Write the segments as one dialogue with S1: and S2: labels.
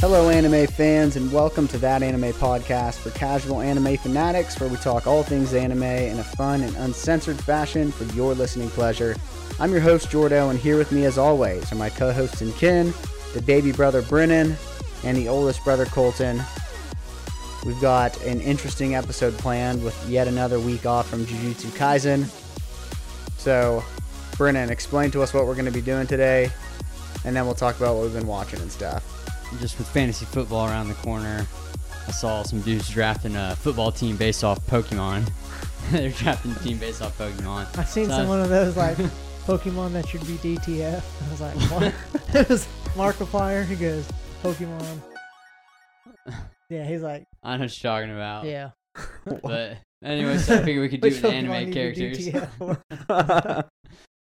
S1: Hello, anime fans, and welcome to That Anime Podcast for casual anime fanatics, where we talk all things anime in a fun and uncensored fashion for your listening pleasure. I'm your host, Jordo, and here with me, as always, are my co hosts and kin, the baby brother Brennan, and the oldest brother Colton. We've got an interesting episode planned with yet another week off from Jujutsu Kaisen. So, Brennan, explain to us what we're going to be doing today, and then we'll talk about what we've been watching and stuff.
S2: just with fantasy football around the corner, I saw some dudes drafting a football team based off Pokemon. They're drafting a team based off Pokemon.
S3: I seen
S2: So I-
S3: some one of those like Pokemon that should be DTF. I was like, what? it was Markiplier. He goes, Pokemon. Yeah, he's like,
S2: I know what you're talking about.
S3: yeah.
S2: But anyway, so I figured we could Oh. do with
S3: Which
S2: the
S3: Pokemon
S2: anime
S3: need
S2: characters.
S3: DTF for?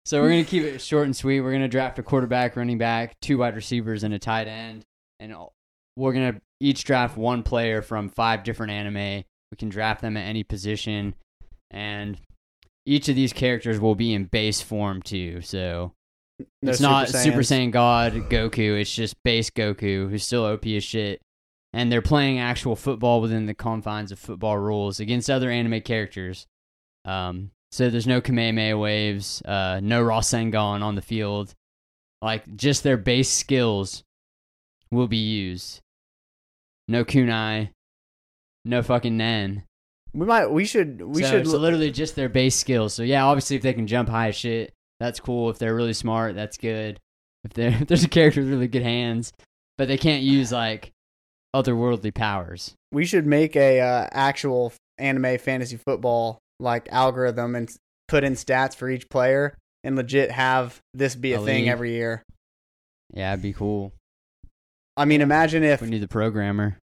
S2: So we're gonna keep it short and sweet. We're gonna draft a quarterback, running back, two wide receivers, and a tight end, and all- we're gonna each draft one player from five different anime. We can draft them at any position, and each of these characters will be in base form too. So
S1: No
S2: it's not
S1: Super
S2: Super
S1: Saiyans.
S2: Saiyan God Goku. It's just base Goku, who's still OP as shit. And they're playing actual football within the confines of football rules against other anime characters. Um, so there's no Kamehameha waves, uh, no Rasengan on the field. Like, just their base skills will be used. No kunai, no fucking nen.
S1: We might. We should. We
S2: so
S1: should.
S2: It's
S1: l-
S2: literally just their base skills. So yeah, obviously if they can jump high as shit, that's cool. If they're really smart, that's good. If, they're, if there's a character with really good hands, but they can't use like otherworldly powers.
S1: we should make a uh, actual anime fantasy football like algorithm and s- put in stats for each player and legit have this be a
S2: A
S1: thing
S2: league.
S1: every year.
S2: Yeah, it'd be cool.
S1: I mean, imagine if
S2: We need the programmer.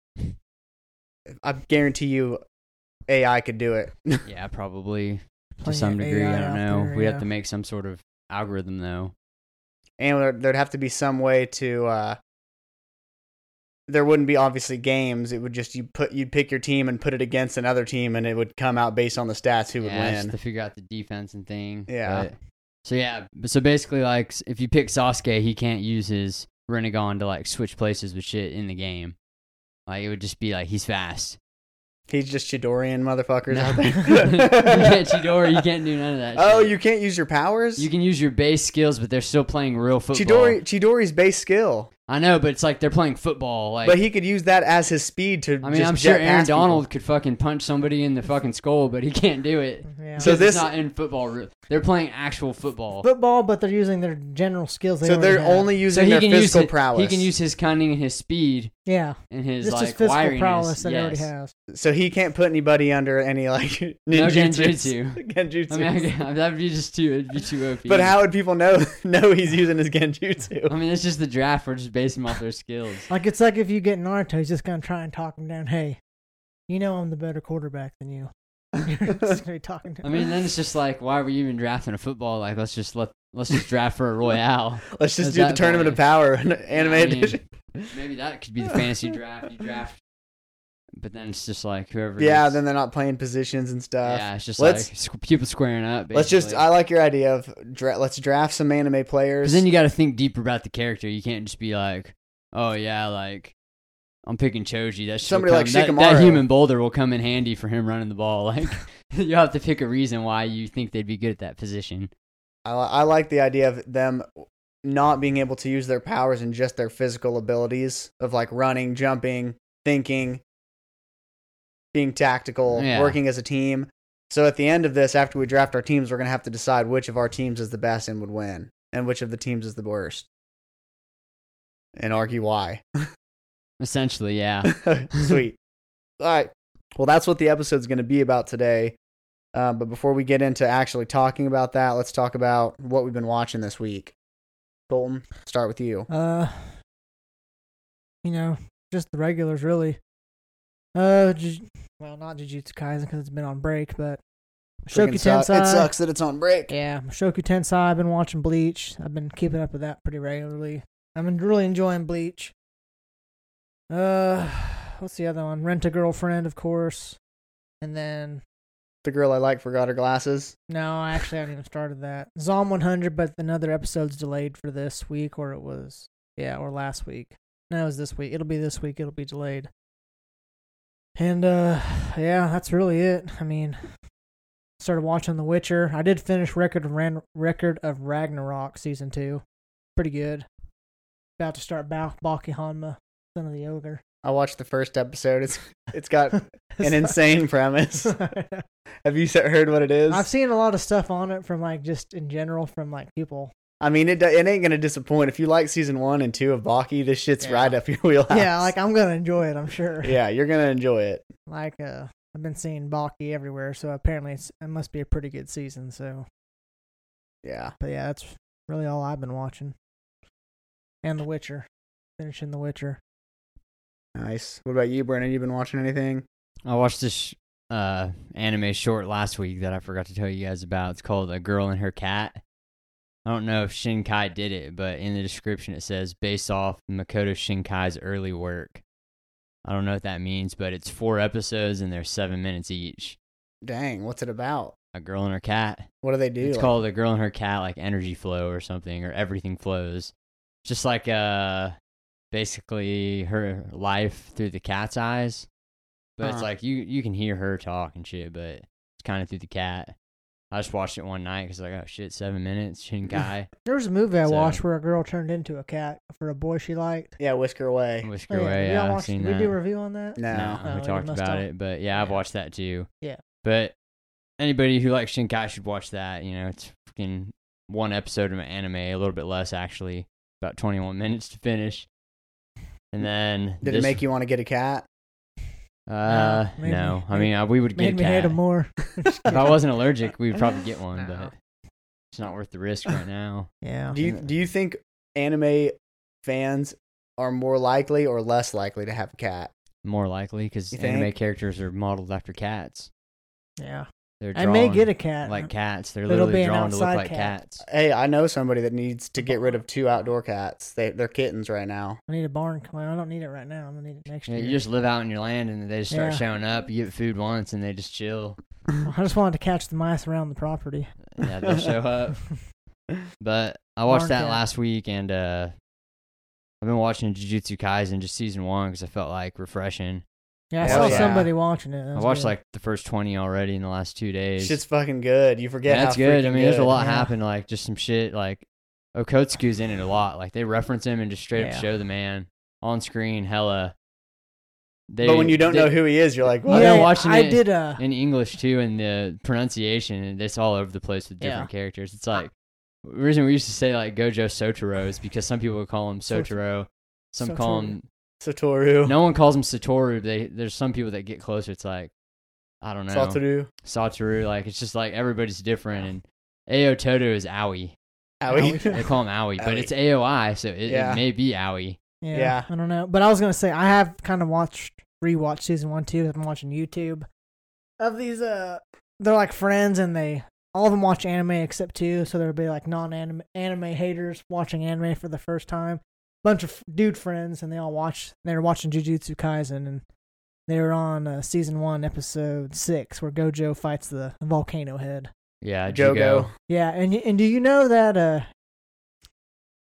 S1: I guarantee you, AI could do it.
S2: Yeah, probably to
S3: Playing
S2: some degree.
S3: AI
S2: I don't
S3: out
S2: know.
S3: there,
S2: We'd
S3: yeah.
S2: have to make some sort of algorithm though.
S1: and there, there'd have to be some way to uh there wouldn't be obviously games it would just you put you'd pick your team and put it against another team and it would come out based on the stats who
S2: yeah, just
S1: would
S2: to
S1: win
S2: figure out the defense and thing.
S1: Yeah.
S2: But- so yeah, but so basically, like, s- if you pick Sasuke, he can't use his Renegon to like switch places with shit in the game. Like, it would just be like he's fast.
S1: he's just chidorian motherfuckers
S2: No.
S1: out
S2: you can't
S1: there
S2: Chidori. You can't do none of that.
S1: oh
S2: shit.
S1: you can't use your powers
S2: You can use your base skills, but they're still playing real football.
S1: chidori chidori's base skill
S2: I know, but it's like they're playing football. Like,
S1: but he could use that as his speed to
S2: I mean,
S1: just
S2: I'm sure
S1: jet
S2: Aaron
S1: past people.
S2: Donald could fucking punch somebody in the fucking skull, but he can't do it.
S3: Yeah.
S1: So
S2: So
S1: this-
S2: this not in football. ru- They're playing actual football.
S3: Football, but they're using their general skills. They
S1: so
S3: already
S1: they're
S3: have.
S1: only
S2: So
S1: using
S2: he
S1: their
S2: can use
S1: physical
S2: his,
S1: prowess
S2: He can use his cunning and his speed
S3: yeah,
S2: and his
S3: it's
S2: like
S3: just physical
S2: wiriness.
S3: prowess that
S2: yes.
S3: he already has.
S1: so he can't put anybody under any like ninjutsu
S2: genjutsu. I mean, I, that'd be just too. It'd be too OP.
S1: but how would people know know he's using his genjutsu
S2: I mean, it's just the draft. We're just basing them off their skills.
S3: Like it's like if you get Naruto, he's just gonna try and talk him down. Hey, you know I'm the better quarterback than you. You're just gonna be talking to
S2: I mean, then it's just like, why are we even drafting a football? Like, let's just let let's just draft for a royale.
S1: Let's just
S2: Is
S1: do the
S2: that
S1: tournament
S2: valid?
S1: of power anime
S2: I mean,
S1: edition.
S2: Maybe that could be the fantasy draft. You draft, but then it's just like whoever.
S1: Yeah,
S2: gets-
S1: then they're not playing positions and stuff.
S2: yeah, it's just
S1: let's-
S2: like squ- people squaring up.
S1: let's just.
S2: basically.
S1: I like your idea of dra- let's draft some anime
S2: 'Cause
S1: players.
S2: then you got to think deeper about the character. You can't just be like, oh yeah, like I'm picking Choji. That shit'll
S1: Somebody like
S2: come- that- that,
S1: Shikamaru.
S2: human boulder will come in handy for him running the ball. Like you have to pick a reason why you think they'd be good at that position.
S1: I, li- I like the idea of them not being able to use their powers and just their physical abilities of like running, jumping, thinking, being tactical,
S2: Yeah.
S1: working as a team. So at the end of this, after we draft our teams, we're gonna have to decide which of our teams is the best and would win, and which of the teams is the worst, and argue why.
S2: Essentially, yeah.
S1: Sweet. All right. Well, that's what the episode's going to be about today. Uh, but before we get into actually talking about that, let's talk about what we've been watching this week. Bolton, start with you.
S3: Uh, you know, just the regulars really. Uh, Ju- well, not Jujutsu Kaisen because it's been on break, but Shoki
S1: Freaking suck-
S3: Tensai.
S1: It sucks that it's on break.
S3: Yeah, Shoku Tensai. I've been watching Bleach. I've been keeping up with that pretty regularly. I've been really enjoying Bleach. Uh, what's the other one? Rent a Girlfriend, of course. And then
S1: The girl I like forgot her glasses.
S3: no, I actually haven't even started that. Zom 100, but another episode's delayed for this week, or it was yeah, or last week. No, it was this week. It'll be this week. It'll be delayed. And uh yeah, that's really it. I mean, started watching The Witcher. I did finish Record of Ran- Record of Ragnarok season 2. Pretty good. About to start ba- Bakihanma, son of the ogre.
S1: I watched the first episode. It's it's got an insane premise. Have you se- heard what it is?
S3: I've seen a lot of stuff on it from like just in general from like people.
S1: I mean, it do- it ain't gonna disappoint. If you like season one and two of Baki, this shit's
S2: Yeah.
S1: right up your wheelhouse.
S3: Yeah, like I'm gonna enjoy it. I'm sure.
S1: yeah, you're gonna enjoy it.
S3: Like uh, I've been seeing Baki everywhere, so apparently it's, it must be a pretty good season. So,
S1: Yeah,
S3: but yeah, that's really all I've been watching. And The Witcher, finishing The Witcher.
S1: nice. What about you, Brennan? You been watching anything?
S2: I watched this uh, anime short last week that I forgot to tell you guys about. It's called A Girl and Her Cat. I don't know if Shinkai did it, but in the description it says based off Makoto Shinkai's early work. I don't know what that means, but it's four episodes and they're seven minutes each.
S1: Dang, what's it about?
S2: A Girl and Her Cat.
S1: What do they do?
S2: It's called A Girl and Her Cat, like Energy Flow or something, or Everything Flows. Just like uh, basically her life through the cat's eyes. But it's
S1: Uh-huh.
S2: like you you can hear her talk and shit, but it's kind of through the cat. I just watched it one night because like oh shit, seven minutes Shinkai
S3: There was a movie I
S2: So-
S3: watched where a girl turned into a cat for a boy she liked.
S1: yeah, whisker away.
S2: Whisker
S3: Oh, yeah.
S2: Away.
S3: Did
S2: Yeah,
S3: y'all
S2: I've
S3: watch-
S2: seen
S3: did we
S2: that.
S3: do a review on that?
S1: No.
S2: No,
S3: No,
S2: we
S3: you
S2: talked
S3: Oh, must
S2: about
S3: don't.
S2: it, but yeah, I've
S3: Yeah.
S2: watched that too.
S3: Yeah.
S2: but anybody who likes Shinkai should watch that. You know, it's fucking one episode of an anime, a little bit less actually, about twenty-one minutes to finish. And then
S1: Did
S2: this-
S1: it make you want to get a cat?
S2: Uh,
S3: No, made
S2: no.
S3: me-
S2: I mean, uh, we would
S3: Oh, Made
S2: get a
S3: me hate
S2: cat.
S3: him more.
S2: if I wasn't allergic, we'd probably get one,
S3: No.
S2: but it's not worth the risk right now.
S3: Yeah.
S1: Do you do you think anime fans are more likely or less likely to have a cat?
S2: More likely because
S1: You
S2: anime
S1: think?
S2: characters are modeled after cats.
S3: Yeah.
S2: They're
S3: I
S2: drawn
S3: may get a cat.
S2: like cats. They're
S3: but it'll be
S2: literally drawn
S3: an
S2: to look
S3: outside
S2: like
S3: cat.
S2: cats.
S1: Hey, I know somebody that needs to get rid of two outdoor cats. They they're kittens right now.
S3: I need a barn. Well, I don't need it right now. I'm gonna need it next
S2: Yeah,
S3: year.
S2: you just live out in your land and they just start
S3: Yeah.
S2: showing up. You get food once and they just chill.
S3: I just wanted to catch the mice around the property.
S2: Yeah, they'll show up. But I watched
S3: Barn
S2: that
S3: cat.
S2: last week and uh, I've been watching Jujutsu Kaisen just season one because I felt like refreshing.
S3: Yeah, I
S1: Hell
S3: saw
S1: yeah.
S3: somebody watching it. That
S2: I
S3: was
S2: watched
S3: good.
S2: like the first 20 already in the last two days.
S1: Shit's fucking good. You forget.
S2: that's
S1: how
S2: good. I
S1: freaking
S2: mean, there's a lot
S3: Yeah.
S2: happened. Like just some shit. Like Okotsuku's in it a lot. Like they reference him and just straight
S3: Yeah.
S2: up show the man on screen. Hella. They,
S1: but when you don't
S2: they-
S1: know who he is, you're like,
S2: I've
S1: what?
S2: been
S3: Yeah,
S2: watching
S3: I
S2: it
S3: did uh
S2: in English too, and the pronunciation and it's all over the place with different characters. It's like the reason we used to say like Gojo Sotaro is because some people would call him
S3: Sot-
S2: Sotaro, some call
S3: Satoru.
S2: him.
S1: Satoru.
S2: No one calls him Satoru. They there's some people that get closer. It's like I don't know.
S1: Satoru.
S2: Satoru. Like it's just like everybody's different, and Ao Toto is Owie.
S1: Owie.
S2: They call him Owie, but
S1: Owie.
S2: it's AOI, so it,
S1: Yeah.
S2: it may be Owie.
S3: yeah,
S1: yeah.
S3: I don't know. But I was gonna say I have kind of watched rewatched season one too. I've been watching YouTube of these uh they're like friends and they all of them watch anime except two, so there'll be like non anime anime haters watching anime for the first time. Bunch of dude friends and they all watch they were watching Jujutsu Kaisen and they were on uh, season one episode six where Gojo fights the volcano head.
S2: Yeah,
S1: Jogo.
S2: Jugo.
S3: Yeah, and y- and do you know that uh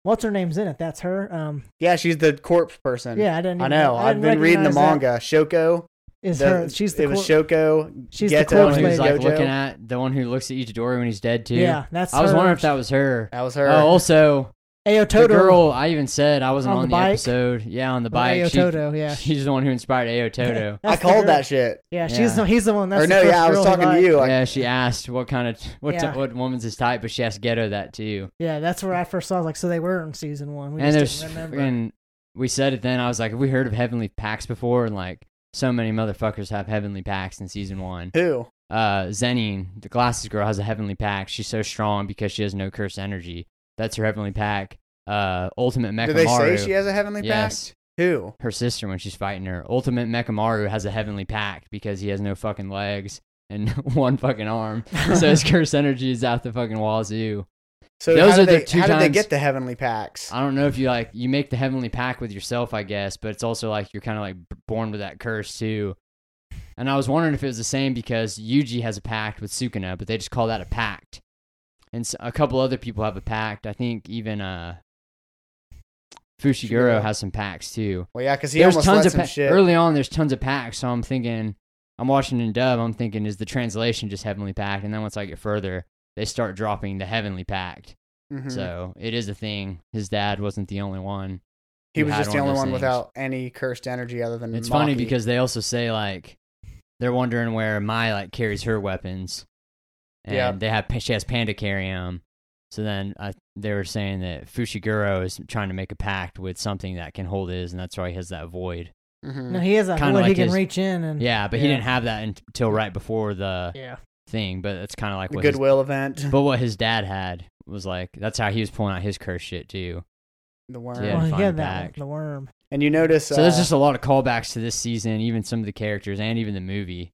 S3: what's her name's in it? That's her. Um
S1: Yeah, she's the corpse person.
S3: yeah, I didn't
S1: I
S3: even-
S1: know.
S3: I
S1: I've
S3: didn't
S1: been reading the
S3: recognize
S1: manga. Shoko.
S3: that Is
S1: the-
S3: her she's the
S1: it was
S3: cor-
S1: Shoko.
S3: she's the
S1: Geto,
S2: The one
S3: corpse
S1: and
S2: who's
S3: lady.
S2: like
S1: Gojo.
S2: looking at the one who looks at Itadori when he's dead too.
S3: Yeah, that's
S2: I was
S3: her.
S2: wondering if that was her.
S1: That was
S2: Oh,
S1: her.
S2: also
S3: Ao
S2: the
S3: Totoro
S2: girl. I even said I wasn't
S3: On
S2: on,
S3: the
S2: the,
S3: bike?
S2: episode. Yeah, on the
S3: with
S2: bike.
S3: Ao
S2: She-
S3: Totoro, yeah.
S2: She's the one who inspired Ao Toto.
S1: I
S3: That's the
S1: called
S3: girl.
S1: that shit.
S3: Yeah, she's
S2: Yeah.
S3: the, he's the one that's
S1: or
S3: the
S1: no,
S3: first
S1: yeah, I was
S3: girl he
S1: talking to
S3: liked.
S1: you. Like,
S2: yeah, she asked what kind of what
S3: Yeah.
S2: t- what woman's his type, but she asked Ghetto that too.
S3: Yeah, that's where I first saw I was like so they were in season one. We
S2: and
S3: just
S2: there's
S3: didn't remember.
S2: and we said it then. I was like, have we heard of Heavenly Packs before? And like, so many motherfuckers have Heavenly Packs in season one.
S1: Who?
S2: Uh, Zenine, the glasses girl, has a Heavenly Pack. She's so strong because she has no curse energy. That's her Heavenly Pack. Uh, Ultimate Mechamaru.
S1: Did they say she has a heavenly
S2: yes.
S1: pact? Who?
S2: Her sister when she's fighting her. Ultimate Mechamaru has a heavenly pact because he has no fucking legs and one fucking arm. so his curse energy is out the fucking wazoo.
S1: So
S2: Those
S1: how did
S2: are the
S1: they,
S2: two Um,
S1: How did they
S2: times-
S1: get the heavenly pacts?
S2: I don't know if you like you make the heavenly pact with yourself, I guess, but it's also like you're kind of like b- born with that curse too. And I was wondering if it was the same because Yuji has a pact with Sukuna, but they just call that a pact. And s a a couple other people have a pact. I think even uh Fushiguro
S1: Fushiguro.
S2: has some packs too.
S1: Well, yeah, because he
S2: there's
S1: almost
S2: tons
S1: let
S2: of
S1: some
S2: pa-
S1: shit.
S2: early on. There's tons of packs, so I'm thinking I'm watching in dub. I'm thinking is the translation just heavenly packed, and then once I get further, they start dropping the heavenly packed.
S1: Mhm.
S2: So it is a thing. His dad wasn't the only one.
S1: he
S2: who
S1: was
S2: had
S1: just the
S2: of
S1: only
S2: those
S1: one
S2: things.
S1: without any cursed energy other than
S2: It's funny
S1: Maki.
S2: because they also say like they're wondering where Mai like carries her weapons, and
S1: Yeah.
S2: they have she has Panda carry 'em. So then I, they were saying that Fushiguro is trying to make a pact with something that can hold his, and that's why he has that void.
S1: Mhm.
S3: No, he has that
S2: Kinda
S3: void he
S2: like
S3: can
S2: his-
S3: reach in
S1: Hmm.
S3: and
S2: Yeah, but he
S3: Yeah.
S2: didn't have that until right before the
S3: yeah.
S2: thing. But that's kind of like
S1: the
S2: what his,
S1: Goodwill event,
S2: but what his dad had was like. That's how he was pulling out his curse shit too.
S1: the worm,
S2: Yeah,
S3: well, he
S2: find
S3: had that
S2: back.
S3: one, the worm.
S1: and you notice.
S2: So there's
S1: uh,
S2: just a lot of callbacks to this season, even some of the characters and even the movie.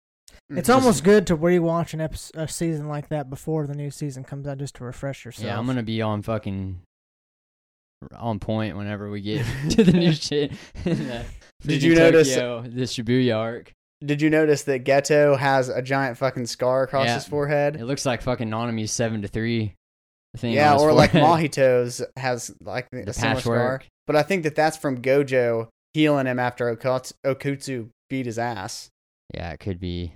S3: It's
S1: mhm.
S3: almost good to rewatch an episode, a season like that before the new season comes out, just to refresh yourself.
S2: Yeah, I'm gonna be on fucking on point whenever we get to the new shit. in the
S1: Did
S2: freaking
S1: you notice-
S2: Tokyo, the Shibuya arc?
S1: Did you notice that Ghetto has a giant fucking scar across
S2: Yeah.
S1: his forehead?
S2: It looks like fucking Nanami's seven to three thing.
S1: Yeah,
S2: on his
S1: or like
S2: forehead.
S1: Mahito's has like
S2: the
S1: a similar scar.
S2: patchwork.
S1: But I think that that's from Gojo healing him after Okatsu, Okutsu beat his ass.
S2: Yeah, it could be.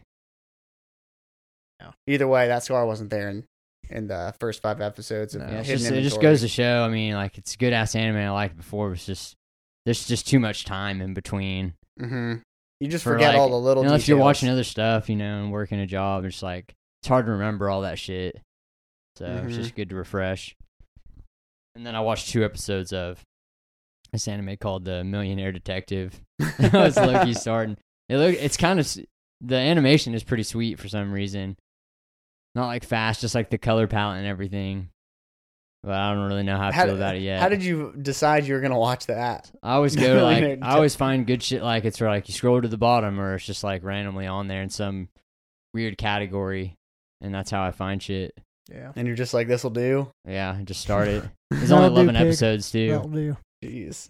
S1: Either way, that scar wasn't there in, in the first five episodes of
S2: No,
S1: uh, Hidden
S2: it's just, it
S1: Inventory.
S2: just goes to show. I mean, like it's a good ass anime I liked before. It's just there's just too much time in between.
S1: hmm You just
S2: for,
S1: forget
S2: like-
S1: all the little.
S2: Unless
S1: details.
S2: you're watching other stuff, you know, and working a job, it's like it's hard to remember all that shit. So
S1: Mhm.
S2: it's just good to refresh. And then I watched two episodes of this anime called The Millionaire Detective. that was Loki starting. It look, it's kind of s- the animation is pretty sweet for some reason. Not like fast, just like the color palette and everything. But I don't really know how I
S1: How-
S2: feel about it yet.
S1: How did you decide you were gonna watch that?
S2: I always go to,
S1: Millionaire
S2: like I always find good shit like it's where like you scroll to the bottom or it's just like randomly on there in some weird category and that's how I find shit.
S3: Yeah,
S1: And you're just like, this will do.
S2: Yeah, I just start it. There's
S3: That'll
S2: only
S3: do,
S2: eleven
S3: pig.
S2: episodes too.
S3: that'll do.
S1: Jeez.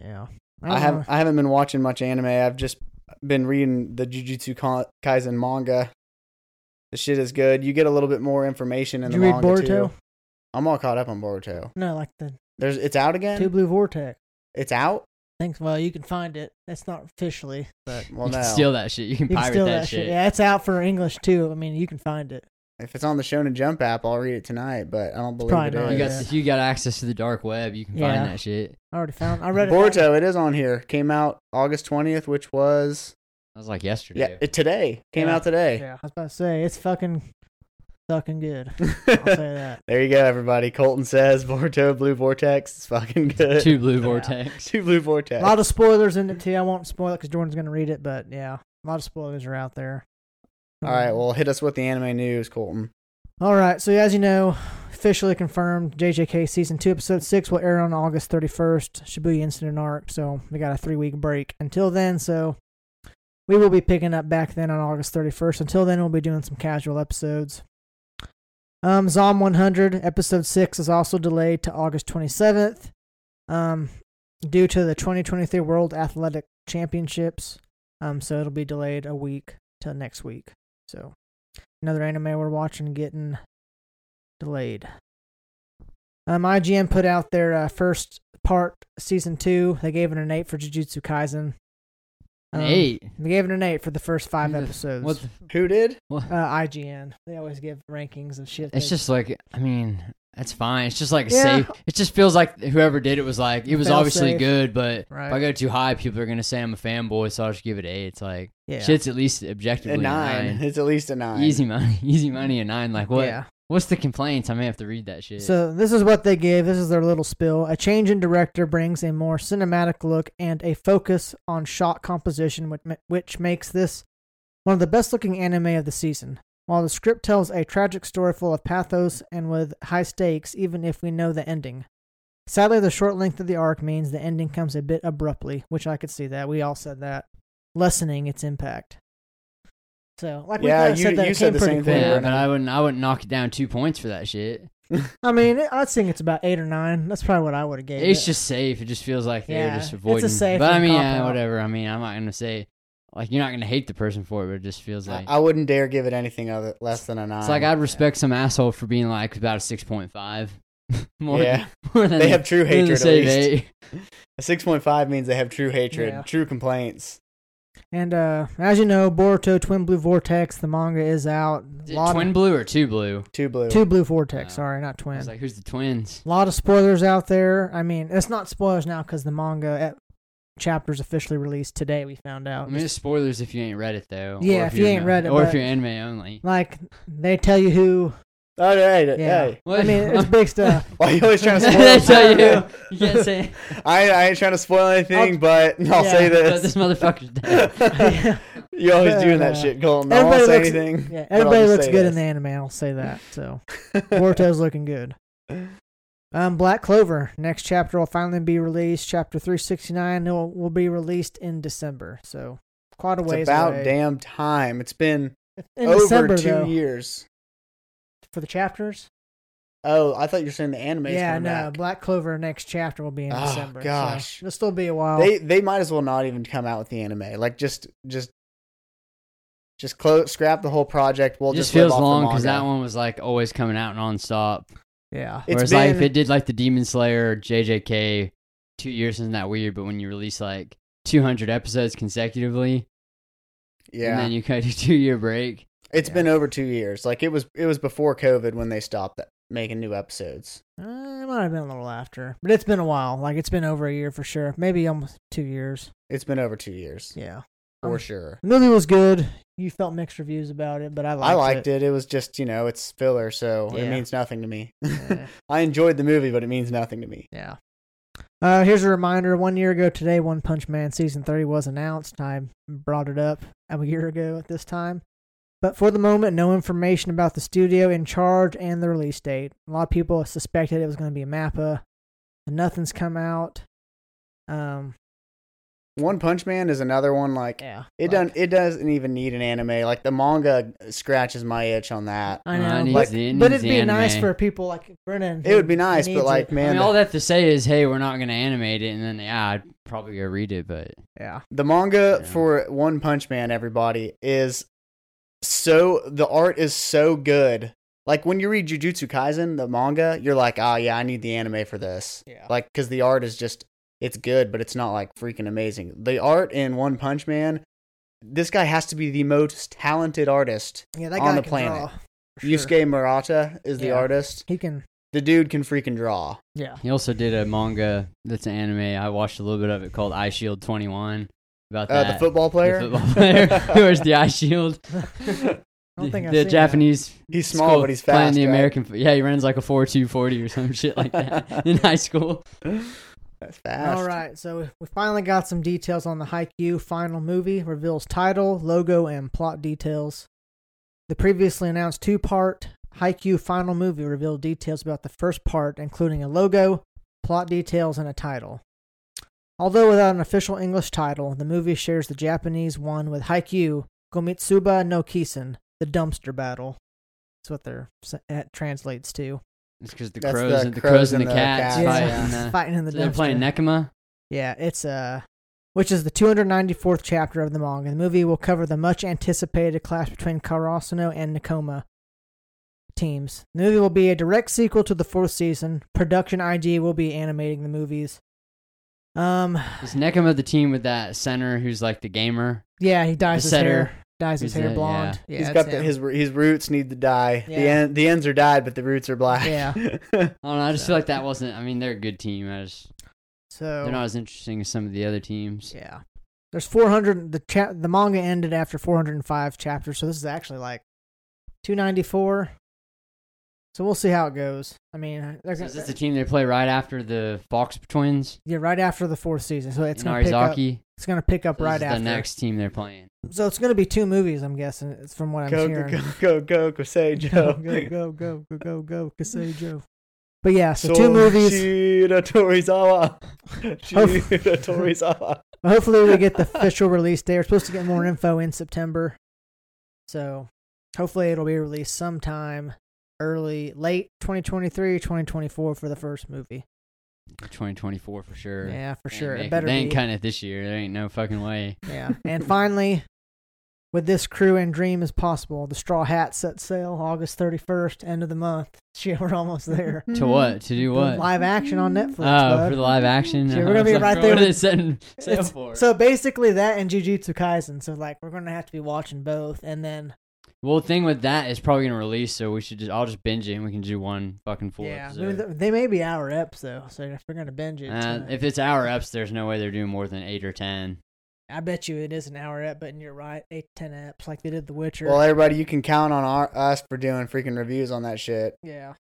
S3: Yeah,
S1: I,
S3: don't
S1: have
S3: know.
S1: I haven't been watching much anime. I've just been reading the Jujutsu Ka- Kaisen manga. The shit is good. You get a little bit more information in
S3: Did
S1: the
S3: you read
S1: manga
S3: Boruto?
S1: too. I'm all caught up on Boruto.
S3: No, like the
S1: There's it's out again.
S3: Two Blue Vortex.
S1: It's out.
S3: Thanks. Well, you can find it. That's not officially, but
S1: Well,
S2: you
S1: no.
S2: can steal that shit. You can
S3: you can
S2: pirate
S3: steal
S2: that, shit.
S3: Yeah, it's out for English too. I mean, you can find it.
S1: if it's on the Shonen Jump app, I'll read it tonight. But I don't believe
S3: probably
S1: it is.
S2: You
S3: not.
S2: got
S3: Yeah.
S2: if you got access to the dark web, you can
S3: Yeah.
S2: find that shit.
S3: I already found. I read it.
S1: Boruto. It is on here. Came out August twentieth, which was
S2: That was like yesterday.
S1: yeah it, today. Came
S3: Yeah.
S1: out today.
S3: Yeah, I was about to say it's fucking, fucking good. I'll say that.
S1: there you go, everybody. Colton says Boruto Blue Vortex is fucking good.
S2: Two blue vortex.
S1: Two Blue
S3: A
S1: Vortex.
S3: lot of spoilers in it too. I won't spoil it because Jordan's gonna read it. But yeah, a lot of spoilers are out there.
S1: All right, well, hit us with the anime news, Colton.
S3: All right. So as you know, officially confirmed, JJK season two, episode six will air on August thirty first. Shibuya Incident arc. So we got a three week break until then. So we will be picking up back then on August thirty first. Until then, we'll be doing some casual episodes. Um, Zom one hundred episode six is also delayed to August twenty seventh, um, due to the twenty twenty three World Athletic Championships. Um, so it'll be delayed a week till next week. So another anime we're watching getting delayed. Um, IGN put out their uh, first part, season two. They gave it an eight for Jujutsu Kaisen.
S2: An
S3: Um,
S2: eight.
S3: They gave it an eight for the first five
S2: What the-
S3: episodes.
S2: What the,
S1: Who did?
S2: what?
S3: uh, IGN. They always give rankings of shit.
S2: It's
S3: they-
S2: just like I mean, that's fine. It's just like a
S3: Yeah.
S2: safe. It just feels like whoever did it was like it was
S3: Fail
S2: obviously
S3: safe.
S2: good, but
S3: Right.
S2: if I go too high, people are gonna say I'm a fanboy, so I'll just give it an eight. It's like
S3: yeah.
S2: shit's at least
S1: A
S2: objectively a
S1: nine.
S2: nine.
S1: It's at least a nine.
S2: Easy money, easy money, a nine. Like what?
S3: Yeah.
S2: What's the complaints? I may have to read that shit.
S3: So this is what they give. This is their little spill. A change in director brings a more cinematic look and a focus on shot composition, which, ma- which makes this one of the best-looking anime of the season. While the script tells a tragic story full of pathos and with high stakes, even if we know the ending. Sadly, the short length of the arc means the ending comes a bit abruptly, which I could see that. We all said that, lessening its impact. So, like we
S1: Yeah,
S3: kinda
S1: you-
S3: said that,
S1: you
S3: it
S1: said
S3: came
S1: the
S3: pretty
S1: same thing,
S3: quick.
S2: yeah,
S1: We're
S2: but
S1: not-
S2: I wouldn't. I wouldn't knock it down two points for that shit.
S3: I mean, it- I'd think it's about eight or nine. That's probably what I would have gave.
S2: It's
S3: it.
S2: just safe. It just feels like they're
S3: Yeah, it's
S2: just
S3: a
S2: avoiding.
S3: safe
S2: but I
S3: and
S2: mean,
S3: cop
S2: yeah,
S3: out.
S2: whatever. I mean, I'm not gonna say like you're not gonna hate the person for it, but it just feels
S1: I,
S2: like
S1: I wouldn't dare give it anything other less than a nine.
S2: it's like I'd respect some asshole for being like about a six point five. more,
S1: yeah,
S2: more than
S1: they have true
S2: more than
S1: hatred.
S2: the
S1: At
S2: save
S1: least.
S2: eight.
S1: A six point five means they have true hatred,
S3: Yeah.
S1: true complaints.
S3: And uh, as you know, Boruto Twin Blue Vortex, the manga is out.
S2: Is
S3: A
S2: it
S3: lot of-
S2: twin blue or two blue?
S1: Two blue.
S3: Two Blue Vortex,
S2: Oh.
S3: sorry, not
S2: I
S3: Twin.
S2: was like, who's the twins?
S3: a lot of spoilers out there. I mean, it's not spoilers now because the manga at chapter's officially released today, we found
S2: I
S3: out.
S2: mean, it's spoilers if you ain't read it though.
S3: Yeah,
S2: or
S3: if you
S2: you're
S3: ain't
S2: not-
S3: read it,
S2: or if
S3: but-
S2: you're anime only.
S3: like, they tell you who.
S1: All right,
S3: Yeah.
S1: Oh, hey.
S2: What?
S3: I mean, it's big stuff.
S1: Why are you always trying to spoil?
S2: they tell you,
S1: something?
S2: you can't say,
S1: I, I ain't trying to spoil anything, but I'll
S3: yeah,
S1: say
S2: but this
S1: this.
S2: motherfucker's dead.
S3: yeah,
S1: You're always doing that
S3: Uh,
S1: shit, Colton. I won't say
S3: everybody looks-
S1: anything.
S3: yeah,
S1: I'll
S3: everybody
S1: just
S3: looks
S1: say
S3: good
S1: this.
S3: in the anime. I'll say that. So Boruto's looking good. Um, Black Clover next chapter will finally be released. Chapter three sixty nine will will be released in December. So quite a
S1: it's
S3: ways
S1: about
S3: away.
S1: damn time. It's been
S3: in
S1: over
S3: December
S1: two
S3: though
S1: years.
S3: for the chapters.
S1: Oh, I thought you were saying the anime's
S3: yeah,
S1: coming
S3: no.
S1: back.
S3: Black Clover next chapter will be in
S1: Oh,
S3: December. so
S1: gosh.
S3: it'll still be a while.
S1: They they might as well not even come out with the anime. Like just just just close, scrap the whole project. We'll
S2: It
S1: just
S2: just
S1: live
S2: feels
S1: off the
S2: long because that
S1: manga.
S2: one was like always coming out nonstop.
S3: yeah,
S1: It's
S2: Whereas like if
S1: been-
S2: it did like the Demon Slayer or JJK, two years isn't that weird. But when you release like 200 episodes consecutively, and
S1: Yeah,
S2: then you cut a two year break,
S1: it's
S3: Yeah.
S1: been over two years. Like it was it was before COVID when they stopped that, making new episodes.
S3: uh, it might have been a little after, but it's been a while. Like it's been over a year for sure. Maybe almost two years.
S1: It's been over two years
S3: Yeah,
S1: for
S3: Um,
S1: sure.
S3: the movie was good. You felt mixed reviews about it, but I liked,
S1: I liked it. it. was just you know it's filler, so it
S3: Yeah.
S1: means nothing to me.
S3: Yeah.
S1: I enjoyed the movie, but it means nothing to me.
S3: Yeah. Uh, here's a reminder. One year ago today, One Punch Man season three was announced. I brought it up a year ago at this time. But for the moment, no information about the studio in charge and the release date. A lot of people suspected it was going to be MAPPA, and nothing's come out. Um,
S1: One Punch Man is another one like
S3: yeah,
S1: it
S3: like,
S1: doesn't it doesn't even need an anime. Like the manga scratches my itch on that.
S3: I
S2: Uh, it
S3: know,
S2: needs-
S1: like-
S2: it needs
S3: but it'd be
S2: anime.
S3: nice for people like Brennan.
S1: It would
S3: who
S1: be nice,
S3: needs
S1: but
S3: it.
S1: like
S2: I
S1: man,
S2: mean,
S1: the-
S2: all they have to say is, "Hey, we're not going to animate it," and then yeah, I'd probably go read it. But
S3: yeah,
S1: The manga
S2: Yeah.
S1: for One Punch Man, everybody, is so the art is so good. Like when you read Jujutsu Kaisen, the manga, you're like, oh yeah, I need the anime for this.
S3: yeah,
S1: Like because the art is just it's good, but it's not like freaking amazing. The art in One Punch Man, this guy has to be the most talented artist.
S3: yeah. That
S1: on
S3: guy
S1: the
S3: can
S1: planet.
S3: draw, for sure.
S1: Yusuke Murata is the
S3: Yeah.
S1: artist.
S3: He can.
S1: The dude can freaking draw.
S3: Yeah.
S2: he also did a manga that's an anime. I watched a little bit of it called Eye Shield 21 about
S1: Uh,
S2: that.
S1: the football player.
S2: The football player who wears the eye shield.
S3: I
S2: the
S3: don't think I've seen that.
S2: Japanese
S1: he's
S2: It's
S1: small,
S2: called
S1: but he's fast.
S2: Playing the
S1: right?
S2: American, yeah, he runs like a four two forty or some shit like that in high school.
S1: That's fast.
S3: All right, so we- we finally got some details on the Haikyuu final movie. Reveals title, logo, and plot details. The previously announced two part Haikyuu final movie revealed details about the first part, including a logo, plot details, and a title. Although without an official English title, the movie shares the Japanese one with Haikyuu Gomitsuba no Kisen, the dumpster battle. That's what they're, that translates to.
S2: It's because the
S1: That's
S2: crows
S1: the
S2: and the
S1: crows
S2: crows and the
S1: and the
S2: cats
S1: cats,
S2: fight.
S1: yeah.
S2: and, uh,
S3: Fighting in the
S2: they're
S3: dumpster.
S2: playing Nekama.
S3: Yeah, it's uh which is the 294th chapter of the manga. The movie will cover the much anticipated clash between Karasuno and Nakoma teams. The movie will be a direct sequel to the fourth season. Production IG will be animating the movies. Um
S2: Is Nekama the team with that center who's like the gamer?
S3: yeah, he dyes
S2: The
S3: his
S2: setter.
S3: hair. Dyes his
S2: Who's
S3: hair
S2: the-
S3: blonde. Yeah,
S1: he's
S3: that's
S1: got the,
S3: him.
S1: his his roots need to die.
S3: Yeah.
S1: The end, the ends are dyed, but the roots are black.
S3: Yeah.
S2: I don't know. I just feel like that wasn't. I mean, they're a good team. I just
S3: so
S2: they're not as interesting as some of the other teams.
S3: Oh. Yeah. There's 400 the cha- the manga ended after 405 chapters, so this is actually like 294. So we'll see how it goes. I mean, they're
S2: So
S3: gonna,
S2: is this the team they play right after the Fox Twins
S3: yeah, right after the fourth season. So it's
S2: in
S3: going to pick up
S2: Arizaki?
S3: it's going to pick up
S2: So
S3: right
S2: this is
S3: after.
S2: the next team they're playing.
S3: So it's going to be two movies, I'm guessing, it's from what I'm
S1: go,
S3: hearing.
S1: go go go go say
S3: go
S1: Joe.
S3: go go go go go go Kasei Joe. But yeah, so two
S1: So,
S3: movies. Oh.
S1: Shira Torizawa. Shira Torizawa.
S3: Hopefully, we get the official release date. We're supposed to get more info in September, so hopefully it'll be released sometime early, late 2023, 2024 for the first movie.
S2: 2024 for sure.
S3: Yeah, for
S2: They ain't
S3: sure.
S2: making-
S3: It better
S2: they ain't
S3: be.
S2: cutting it this year. There ain't no fucking way.
S3: Yeah. And finally, with this crew and dream as possible. The Straw Hat set sail August 31st, end of the month. Shit, we're almost there.
S2: To what? To do what?
S3: Hmm. Live action on Netflix.
S2: oh,
S3: bud.
S2: for the live action.
S3: Yeah,
S2: I
S3: we're gonna
S2: was
S3: be
S2: like,
S3: right
S2: bro,
S3: there
S2: What are they
S3: with-
S2: setting sail
S3: It's-
S2: for?
S3: So basically that and Jujutsu Kaisen. So like we're gonna have to be watching both, and then
S2: well, the thing with that is probably gonna release, so we should just I'll just binge it and we can do one fucking full
S3: yeah, I mean,
S2: episode.
S3: th- they may be hour eps though. So if we're gonna binge it, it's
S2: Uh,
S3: gonna-
S2: if it's hour ups, there's no way they're doing more than eight or ten.
S3: I bet you it is an hour ep. But you're right, eight ten eps like they did The Witcher.
S1: Well, everybody, you can count on our, us for doing freaking reviews on that shit.
S3: yeah,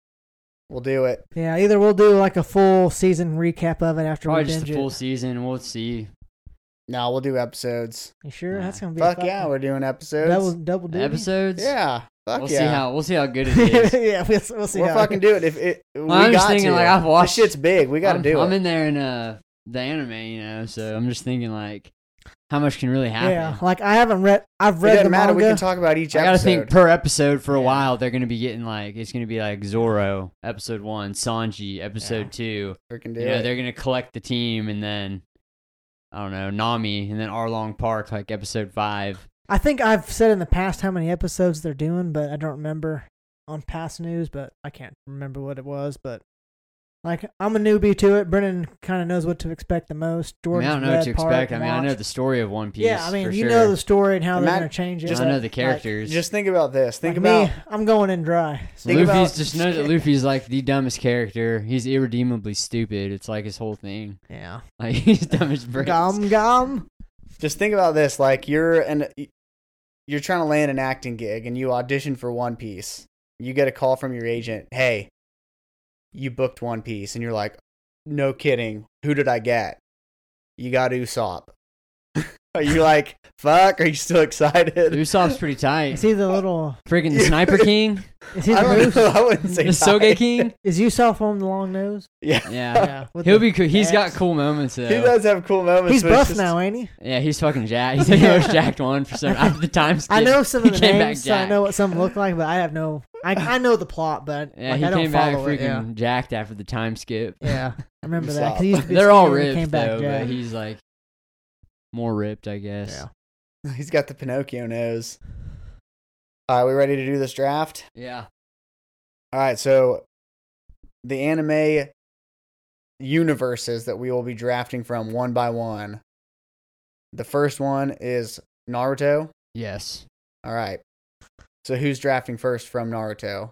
S1: We'll do it.
S3: yeah. Either we'll do like a full season recap of it after
S2: Probably
S3: we binge
S2: just the full
S3: it.
S2: season. We'll see.
S1: No, we'll do episodes.
S3: You sure?
S2: Nah.
S3: That's gonna be a
S1: Fuck
S3: fucking
S1: yeah, we're doing episodes.
S3: double double duty.
S2: Episodes.
S1: Yeah, fuck
S2: We'll
S1: yeah.
S2: see how we'll see how good it is.
S3: yeah, we'll, we'll see.
S1: we'll
S3: how
S1: fucking do it. If it, we
S2: I'm
S1: got
S2: just thinking,
S1: to.
S2: like, I've watched-
S1: This shit's big. We got to
S2: I'm,
S1: do
S2: I'm
S1: it.
S2: in there in uh the anime, you know. So I'm just thinking like, how much can really happen?
S3: Yeah, like I haven't read. I've
S1: it
S3: read the
S1: doesn't matter.
S3: manga.
S1: We can talk about each
S2: I gotta
S1: episode.
S2: think per episode for a
S3: Yeah.
S2: while. They're gonna be getting like it's gonna be like Zoro episode one, Sanji episode two.
S1: freaking do
S2: you know,
S1: it.
S2: they're gonna collect the team and then I don't know Nami and then Arlong Park like episode five.
S3: I think I've said in the past how many episodes they're doing, but I don't remember on past news, but I can't remember what it was. But like, I'm a newbie to it. Brennan kind of knows what to expect the most.
S2: I, mean,
S3: Jordan's
S2: I don't know what
S3: read
S2: to
S3: part,
S2: expect. I mean, I know
S3: watched.
S2: the story of One Piece.
S3: yeah, I mean,
S2: for
S3: you
S2: sure.
S3: know the story and how they're
S1: Imagine-
S3: going to change it.
S2: I know
S3: up.
S2: the
S3: Like,
S2: characters.
S1: Just think about this. Think
S3: like
S1: about
S3: me, I'm going in dry. So
S1: Think
S2: Luffy's
S1: about-
S2: just know that Luffy's like the dumbest character. He's irredeemably stupid. It's like his whole thing.
S3: yeah,
S2: Like he's dumb as bricks.
S3: gum gum.
S1: just think about this. Like you're an you're trying to land an acting gig, and you audition for One Piece. You get a call from your agent. Hey, you booked One Piece, and you're like, no kidding. Who did I get? You got Usopp. Are you like, fuck? Are you still excited?
S2: Usopp's pretty
S3: Is
S2: tight.
S3: he the little?
S2: Freaking the
S1: Yeah.
S2: Sniper King,
S3: Is he
S1: I
S3: the
S1: don't
S3: moose?
S1: know. I wouldn't
S2: the
S1: say
S2: Soge
S1: tight.
S2: King.
S3: Is Usopp on the long nose?
S1: Yeah,
S2: Yeah,
S3: Yeah, with
S2: he'll
S3: the-
S2: be. Cool. He's got
S3: axe.
S2: cool moments though.
S1: he does have cool moments.
S3: He's
S1: but it's
S3: buff
S1: just-
S3: now, ain't he?
S2: Yeah, he's fucking jacked. He's like the most jacked one for some. At the time,
S3: I know some
S2: he
S3: of the
S2: came back
S3: names, so I
S2: jacked.
S3: know what some look like, but I have no. I, I know the plot, but
S2: Yeah,
S3: like,
S2: he
S3: I don't
S2: came back
S3: follow it. Yeah.
S2: freaking jacked after the time skip.
S3: yeah, I remember
S1: Usopp.
S3: that. 'cause he used to be
S2: They're all
S3: skinny and he
S2: ripped
S3: Came back
S2: though,
S3: jacked.
S2: but he's like more ripped, I guess.
S3: Yeah.
S1: He's got the Pinocchio nose. All right, we ready to do this draft?
S2: Yeah.
S1: All right, so the anime universes that we will be drafting from one by one. The first one is Naruto.
S2: Yes.
S1: All right. So who's drafting first from Naruto?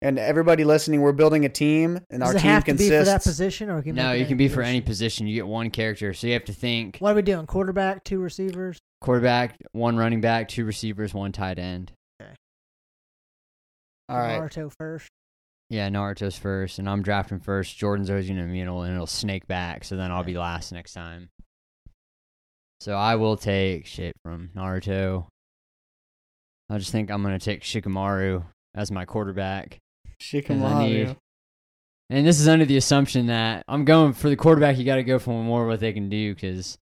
S1: And everybody listening, we're building a team, and
S3: Does
S1: our
S3: it
S1: team
S3: have to be for that
S1: consists.
S3: position, or can
S2: No,
S3: make it
S2: you can be for
S3: position?
S2: any position. You get one character, so you have to think
S3: What are we doing? Quarterback, two receivers.
S2: quarterback, one running back, two receivers, one tight end.
S1: All right,
S3: Naruto first.
S2: Yeah, Naruto's first, and I'm drafting first. Jordan's always gonna mutal, and it'll snake back, so then I'll be last next time. So I will take shit from Naruto. I just think I'm gonna take Shikamaru as my quarterback. 'cause I need-
S1: Shikamaru.
S2: And this is under the assumption that I'm going for the quarterback. You got to go for more what they can do, because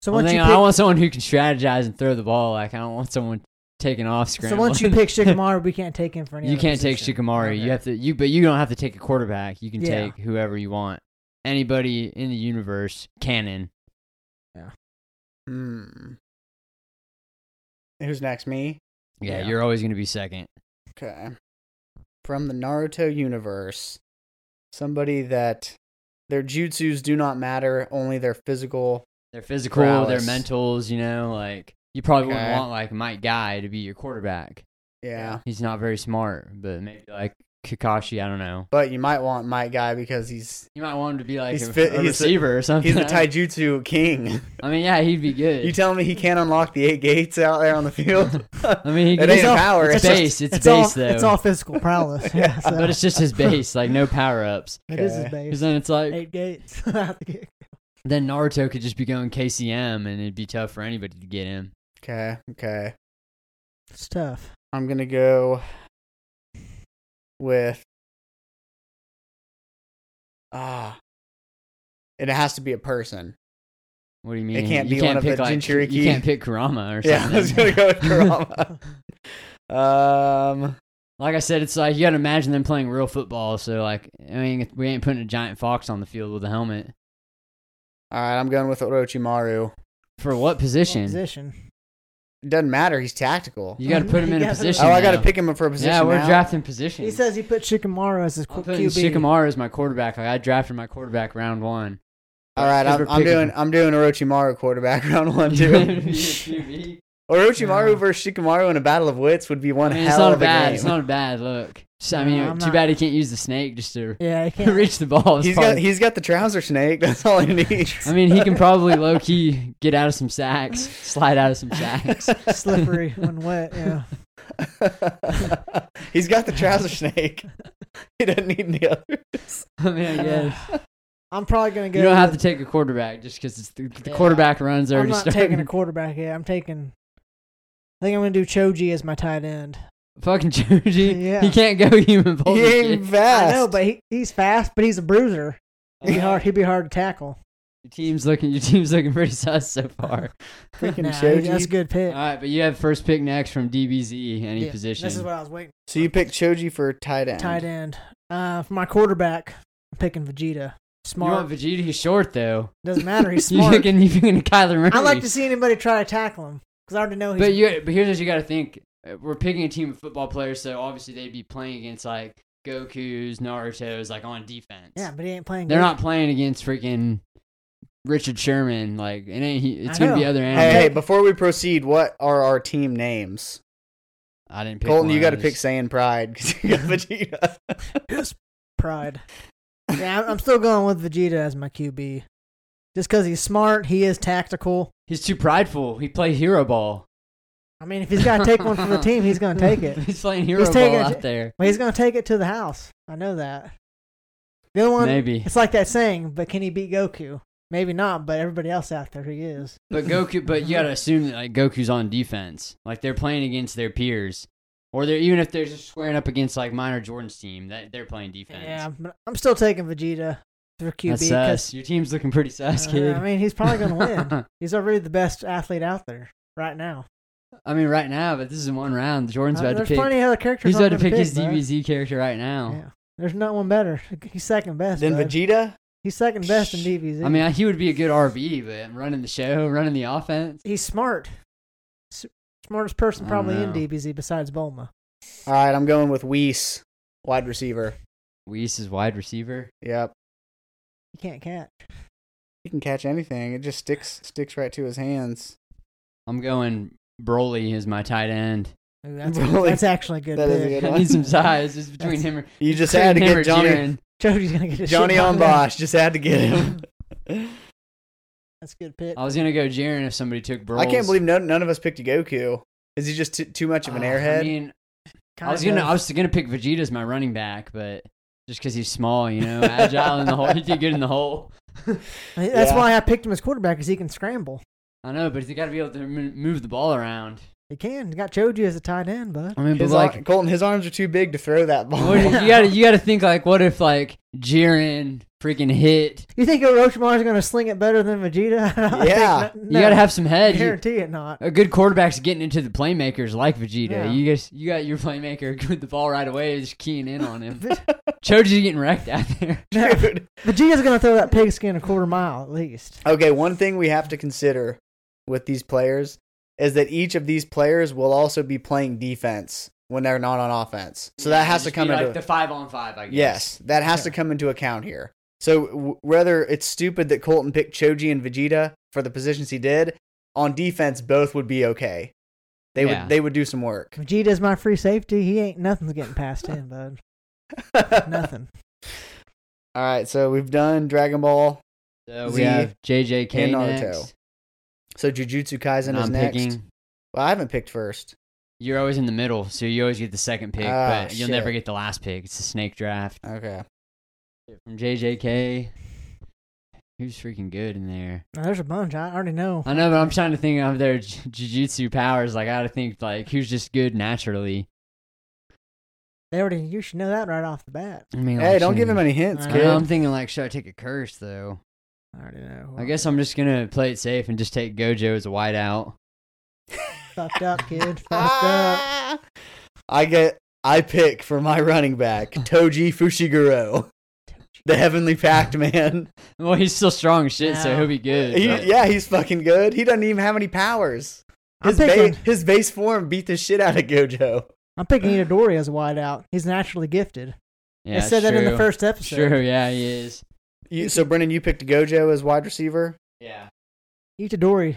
S3: So once you
S2: I
S3: pick,
S2: want someone who can strategize and throw the ball. Like I don't want someone taking off
S3: so
S2: scrambling.
S3: once you pick Shikamaru, we can't take him for any.
S2: you
S3: other
S2: can't take
S3: position.
S2: Shikamaru.
S3: Okay.
S2: You have to you but you don't have to take a quarterback. You can
S3: Yeah.
S2: take whoever you want. Anybody in the universe, canon.
S1: Hmm. Who's next? Me.
S2: Yeah,
S3: Yeah.
S2: you're always going to be second.
S1: Okay. From the Naruto universe, somebody that their jutsus do not matter, only their physical.
S2: They're physical, they're
S1: Prowess.
S2: mentals, you know, like you probably
S1: Okay.
S2: wouldn't want like Mike Guy to be your quarterback.
S1: Yeah.
S2: He's not very smart, but maybe like Kakashi, I don't know.
S1: But you might want Mike Guy because he's
S2: You might want him to be like
S1: He's
S2: a,
S1: fit-
S2: a
S1: he's a-
S2: receiver or something.
S1: he's the taijutsu king.
S2: I mean, yeah, he'd be good.
S1: you telling me he can't unlock the eight gates out there on the field?
S2: I mean, he
S1: It
S2: could
S1: ain't
S2: it's all-
S1: power. It's
S2: It's,
S1: just-
S2: base. It's,
S3: It's, all,
S2: base though.
S3: it's all physical prowess. yeah, so
S2: but it's just his base, like no power ups.
S3: it is his
S1: Okay.
S2: Because
S3: base.
S2: then it's like
S3: Eight gates.
S2: then Naruto could just be going KCM and it'd be tough for anybody to get him.
S1: okay. Okay.
S3: it's tough.
S1: I'm gonna go with ah. And it has to be a person.
S2: What do you mean?
S1: can't
S2: you
S1: be
S2: can't
S1: one of
S2: pick
S1: the
S2: like,
S1: Jinchuriki.
S2: You can't pick Kurama or something.
S1: Yeah, I was gonna go with Kurama. um,
S2: like I said, it's like you gotta imagine them playing real football. So like, I mean, we ain't putting a giant fox on the field with a helmet
S1: all right, I'm going with Orochimaru.
S2: for what
S3: What
S2: position?
S3: Position.
S1: It doesn't matter. He's tactical.
S2: You got to put him in a
S3: Yeah.
S2: position.
S1: Oh, I got to
S2: now.
S1: pick him up for a position.
S2: Yeah, we're
S1: now.
S2: drafting positions.
S3: He says he put Shikamaru as his
S2: I'm
S3: qu-
S2: putting
S3: QB.
S2: Shikamaru as my quarterback. Like I drafted my quarterback round one.
S1: All right, I'm,
S2: Because we're
S1: I'm
S2: picking-
S1: doing I'm doing Orochimaru quarterback round one too.
S2: QB.
S1: Orochimaru
S3: Yeah.
S1: versus Shikamaru in a battle of wits would be one
S2: I mean, it's
S1: hell
S2: not a
S1: of a
S2: bad.
S1: game.
S2: It's not a bad look. So, I
S3: No,
S2: mean,
S3: I'm
S2: too
S3: not-
S2: bad he can't use the snake just to
S3: Yeah, he can't.
S2: reach the ball. It's
S1: he's
S2: probably-
S1: got he's got the trouser snake. That's all he needs.
S2: I mean, he can probably low key get out of some sacks, slide out of some sacks.
S3: slippery when wet. Yeah.
S1: he's got the trouser snake. He doesn't need any others.
S2: I mean, I guess.
S3: I'm probably gonna go.
S2: You don't have to
S3: with-
S2: take a quarterback just because it's the, the
S3: Yeah.
S2: quarterback runs
S3: I'm
S2: already
S3: not
S2: starting.
S3: taking a quarterback yet. I'm taking. I think I'm gonna do Choji as my tight end.
S2: Fucking Juji.
S3: Yeah.
S2: He can't go human
S1: He
S2: voltage.
S1: ain't
S3: I
S1: fast.
S3: know, but he, he's fast, but he's a bruiser. He'd be hard. He'd be hard to tackle.
S2: Your team's looking. Your team's looking pretty sus so far.
S1: Freaking
S3: Nah, he-
S1: Choji.
S3: that's a good
S2: All
S3: pick.
S2: right, but you have first pick next from DBZ. Any
S3: Yeah,
S2: position.
S3: This is what I was waiting.
S1: so you picked Choji for tight end.
S3: Tight end. Uh, for my quarterback, I'm picking Vegeta.
S2: you
S3: Smart.
S2: want Vegeta? He's short though.
S3: Doesn't matter. He's
S2: You
S3: smart.
S2: picking? You picking Kyler Murray?
S3: I like to see anybody try to tackle him because I already know he's.
S2: But you. But here's what you got to think. Uh, We're picking a team of football players, so obviously they'd be playing against like Goku's, Naruto's, like on defense.
S3: yeah, but he ain't playing.
S2: They're
S3: good.
S2: not playing against freaking Richard Sherman. Like it ain't. He, it's
S3: I
S2: gonna be
S3: know.
S2: other
S1: Hey,
S2: animals.
S1: hey, before we proceed, what are our team names?
S2: I didn't pick.
S1: Colton,
S2: one
S1: you got to
S2: of
S1: pick
S2: those.
S1: Saiyan Pride because you got Vegeta.
S3: His pride. Yeah, I'm- I'm still going with Vegeta as my QB. Just because he's smart, he is tactical.
S2: He's too prideful. He plays hero ball.
S3: I mean, if he's got to take one from the team, he's going to take it.
S2: he's playing hero
S3: taking
S2: ball
S3: it
S2: out
S3: to-
S2: there.
S3: But he's going to take it to the house. I know that. The other one,
S2: Maybe.
S3: it's like that saying, but can he beat Goku? Maybe not, but everybody else out there, he is.
S2: But Goku, but you gotta assume that like Goku's on defense, like they're playing against their peers, or they're even if they're just squaring up against like mine or Jordan's team, that they're playing defense.
S3: Yeah, but I'm still taking Vegeta for QB.
S2: that's
S3: 'cause,
S2: sus. Your team's looking pretty sus,
S3: uh,
S2: kid.
S3: I mean, he's probably going to win. he's already the best athlete out there right now.
S2: I mean, right now, but this is one round. Jordan's
S3: Uh,
S2: about to
S3: there's
S2: pick.
S3: plenty of other characters.
S2: He's
S3: I'm
S2: about to
S3: gonna
S2: pick, his
S3: bro.
S2: DBZ character right now.
S3: Yeah. There's not one better. He's second best.
S1: then
S3: bud.
S1: Vegeta.
S3: He's second best in DBZ.
S2: I mean, I- he would be a good RB, but I'm running the show, running the offense.
S3: he's smart. S- Smartest person
S2: I
S3: probably in
S2: don't know.
S3: DBZ besides Bulma.
S1: All right, I'm going with Weiss, wide receiver.
S2: Weiss is wide receiver.
S1: Yep,
S3: He can't catch.
S1: he can catch anything. It just sticks sticks right to his hands.
S2: I'm going Broly is my tight end.
S3: Ooh, that's,
S1: Really?
S3: that's actually a good
S1: That is a
S3: pick.
S1: good
S2: I need some size. It's between him. and-
S1: You just
S2: between
S1: had to
S2: him or
S1: get Johnny
S2: Jiren.
S3: Jody's gonna get his
S1: Johnny
S3: shit
S1: on
S3: knocked out.
S1: Bosch. Just had to get him.
S3: That's a good pick.
S2: I was gonna go Jiren if somebody took Broly.
S1: I can't believe none, none of us picked Goku. Is he just too, too much of an
S2: Uh,
S1: airhead?
S2: I mean, I
S3: Kind
S2: was gonna,
S3: of.
S2: I was gonna pick Vegeta as my running back, but just because he's small, you know, agile in the hole, he did good in the hole.
S3: I mean, that's
S1: Yeah.
S3: why I picked him as quarterback because he can scramble.
S2: I know, but he's got to be able to mo- move the ball around.
S3: He can. He's got Choji as a tight end, bud.
S2: I mean, but
S1: his
S2: like,
S1: ar- Colton, his arms are too big to throw that ball.
S2: what if- you gotta, you gotta think like, what if like Jiren freaking hit?
S3: You think Orochimaru's gonna sling it better than Vegeta? I think
S1: Yeah.
S3: no-
S2: You gotta
S3: no.
S2: have some head. You-
S3: guarantee it not.
S2: a good quarterback's getting into the playmakers like Vegeta.
S3: Yeah.
S2: You guys, you got your playmaker with the ball right away, just keying in on him. Choji's getting wrecked out there.
S1: Dude.
S3: Vegeta's gonna throw that pigskin a quarter mile at least.
S1: Okay, one thing we have to consider with these players is that each of these players will also be playing defense when they're not on offense. So that
S2: Yeah,
S1: has to
S2: just
S1: come
S2: be
S1: into
S2: like the five on five. I guess.
S1: Yes, that has to
S3: Yeah.
S1: come into account here. So w- whether it's stupid that Colton picked Choji and Vegeta for the positions he did on defense, both would be okay. They
S2: Yeah.
S1: would they would do some work.
S3: Vegeta's my free safety. He ain't nothing's getting past him, bud. Nothing.
S1: All right, so we've done Dragon Ball.
S2: So
S1: Z
S2: we have JJK
S1: and Naruto.
S2: next.
S1: So Jujutsu Kaisen
S2: And
S1: is
S2: I'm
S1: next.
S2: picking.
S1: Well, I haven't picked first.
S2: You're always in the middle, so you always get the second pick,
S1: Ah,
S2: but you'll never
S1: shit.
S2: get the last pick. It's a snake draft
S1: Okay.
S2: from JJK. Who's freaking good in there?
S3: Now, there's a bunch. I already know.
S2: I know, but I'm trying to think of their j- jujutsu powers. Like, I gotta think like who's just good naturally.
S3: They already. You should know that right off the bat.
S2: I mean,
S1: Hey,
S2: like,
S1: don't give him
S2: shouldn't-
S1: any hints,
S3: I
S2: I
S1: kid.
S2: know, I'm thinking like, should I take a curse though?
S3: I already know.
S2: I guess I'm just gonna play it safe and just take Gojo as a wideout.
S3: fucked up, kid. fucked up.
S1: I get I pick for my running back Toji Fushiguro, the Heavenly Pact man.
S2: Well, he's still strong as shit, so
S3: No.
S2: he'll be good.
S1: He-
S2: but-
S1: yeah, he's fucking good. He doesn't even have any powers.
S3: I'm
S1: His, ba-
S3: picking,
S1: his base form beat the shit out of Gojo.
S3: I'm picking Itadori as a wideout. He's naturally gifted.
S2: Yeah,
S3: I said that in the
S2: true.
S3: first episode.
S2: True, yeah, he is.
S1: You, so Brennan, you picked Gojo as wide receiver.
S2: Yeah.
S3: Itadori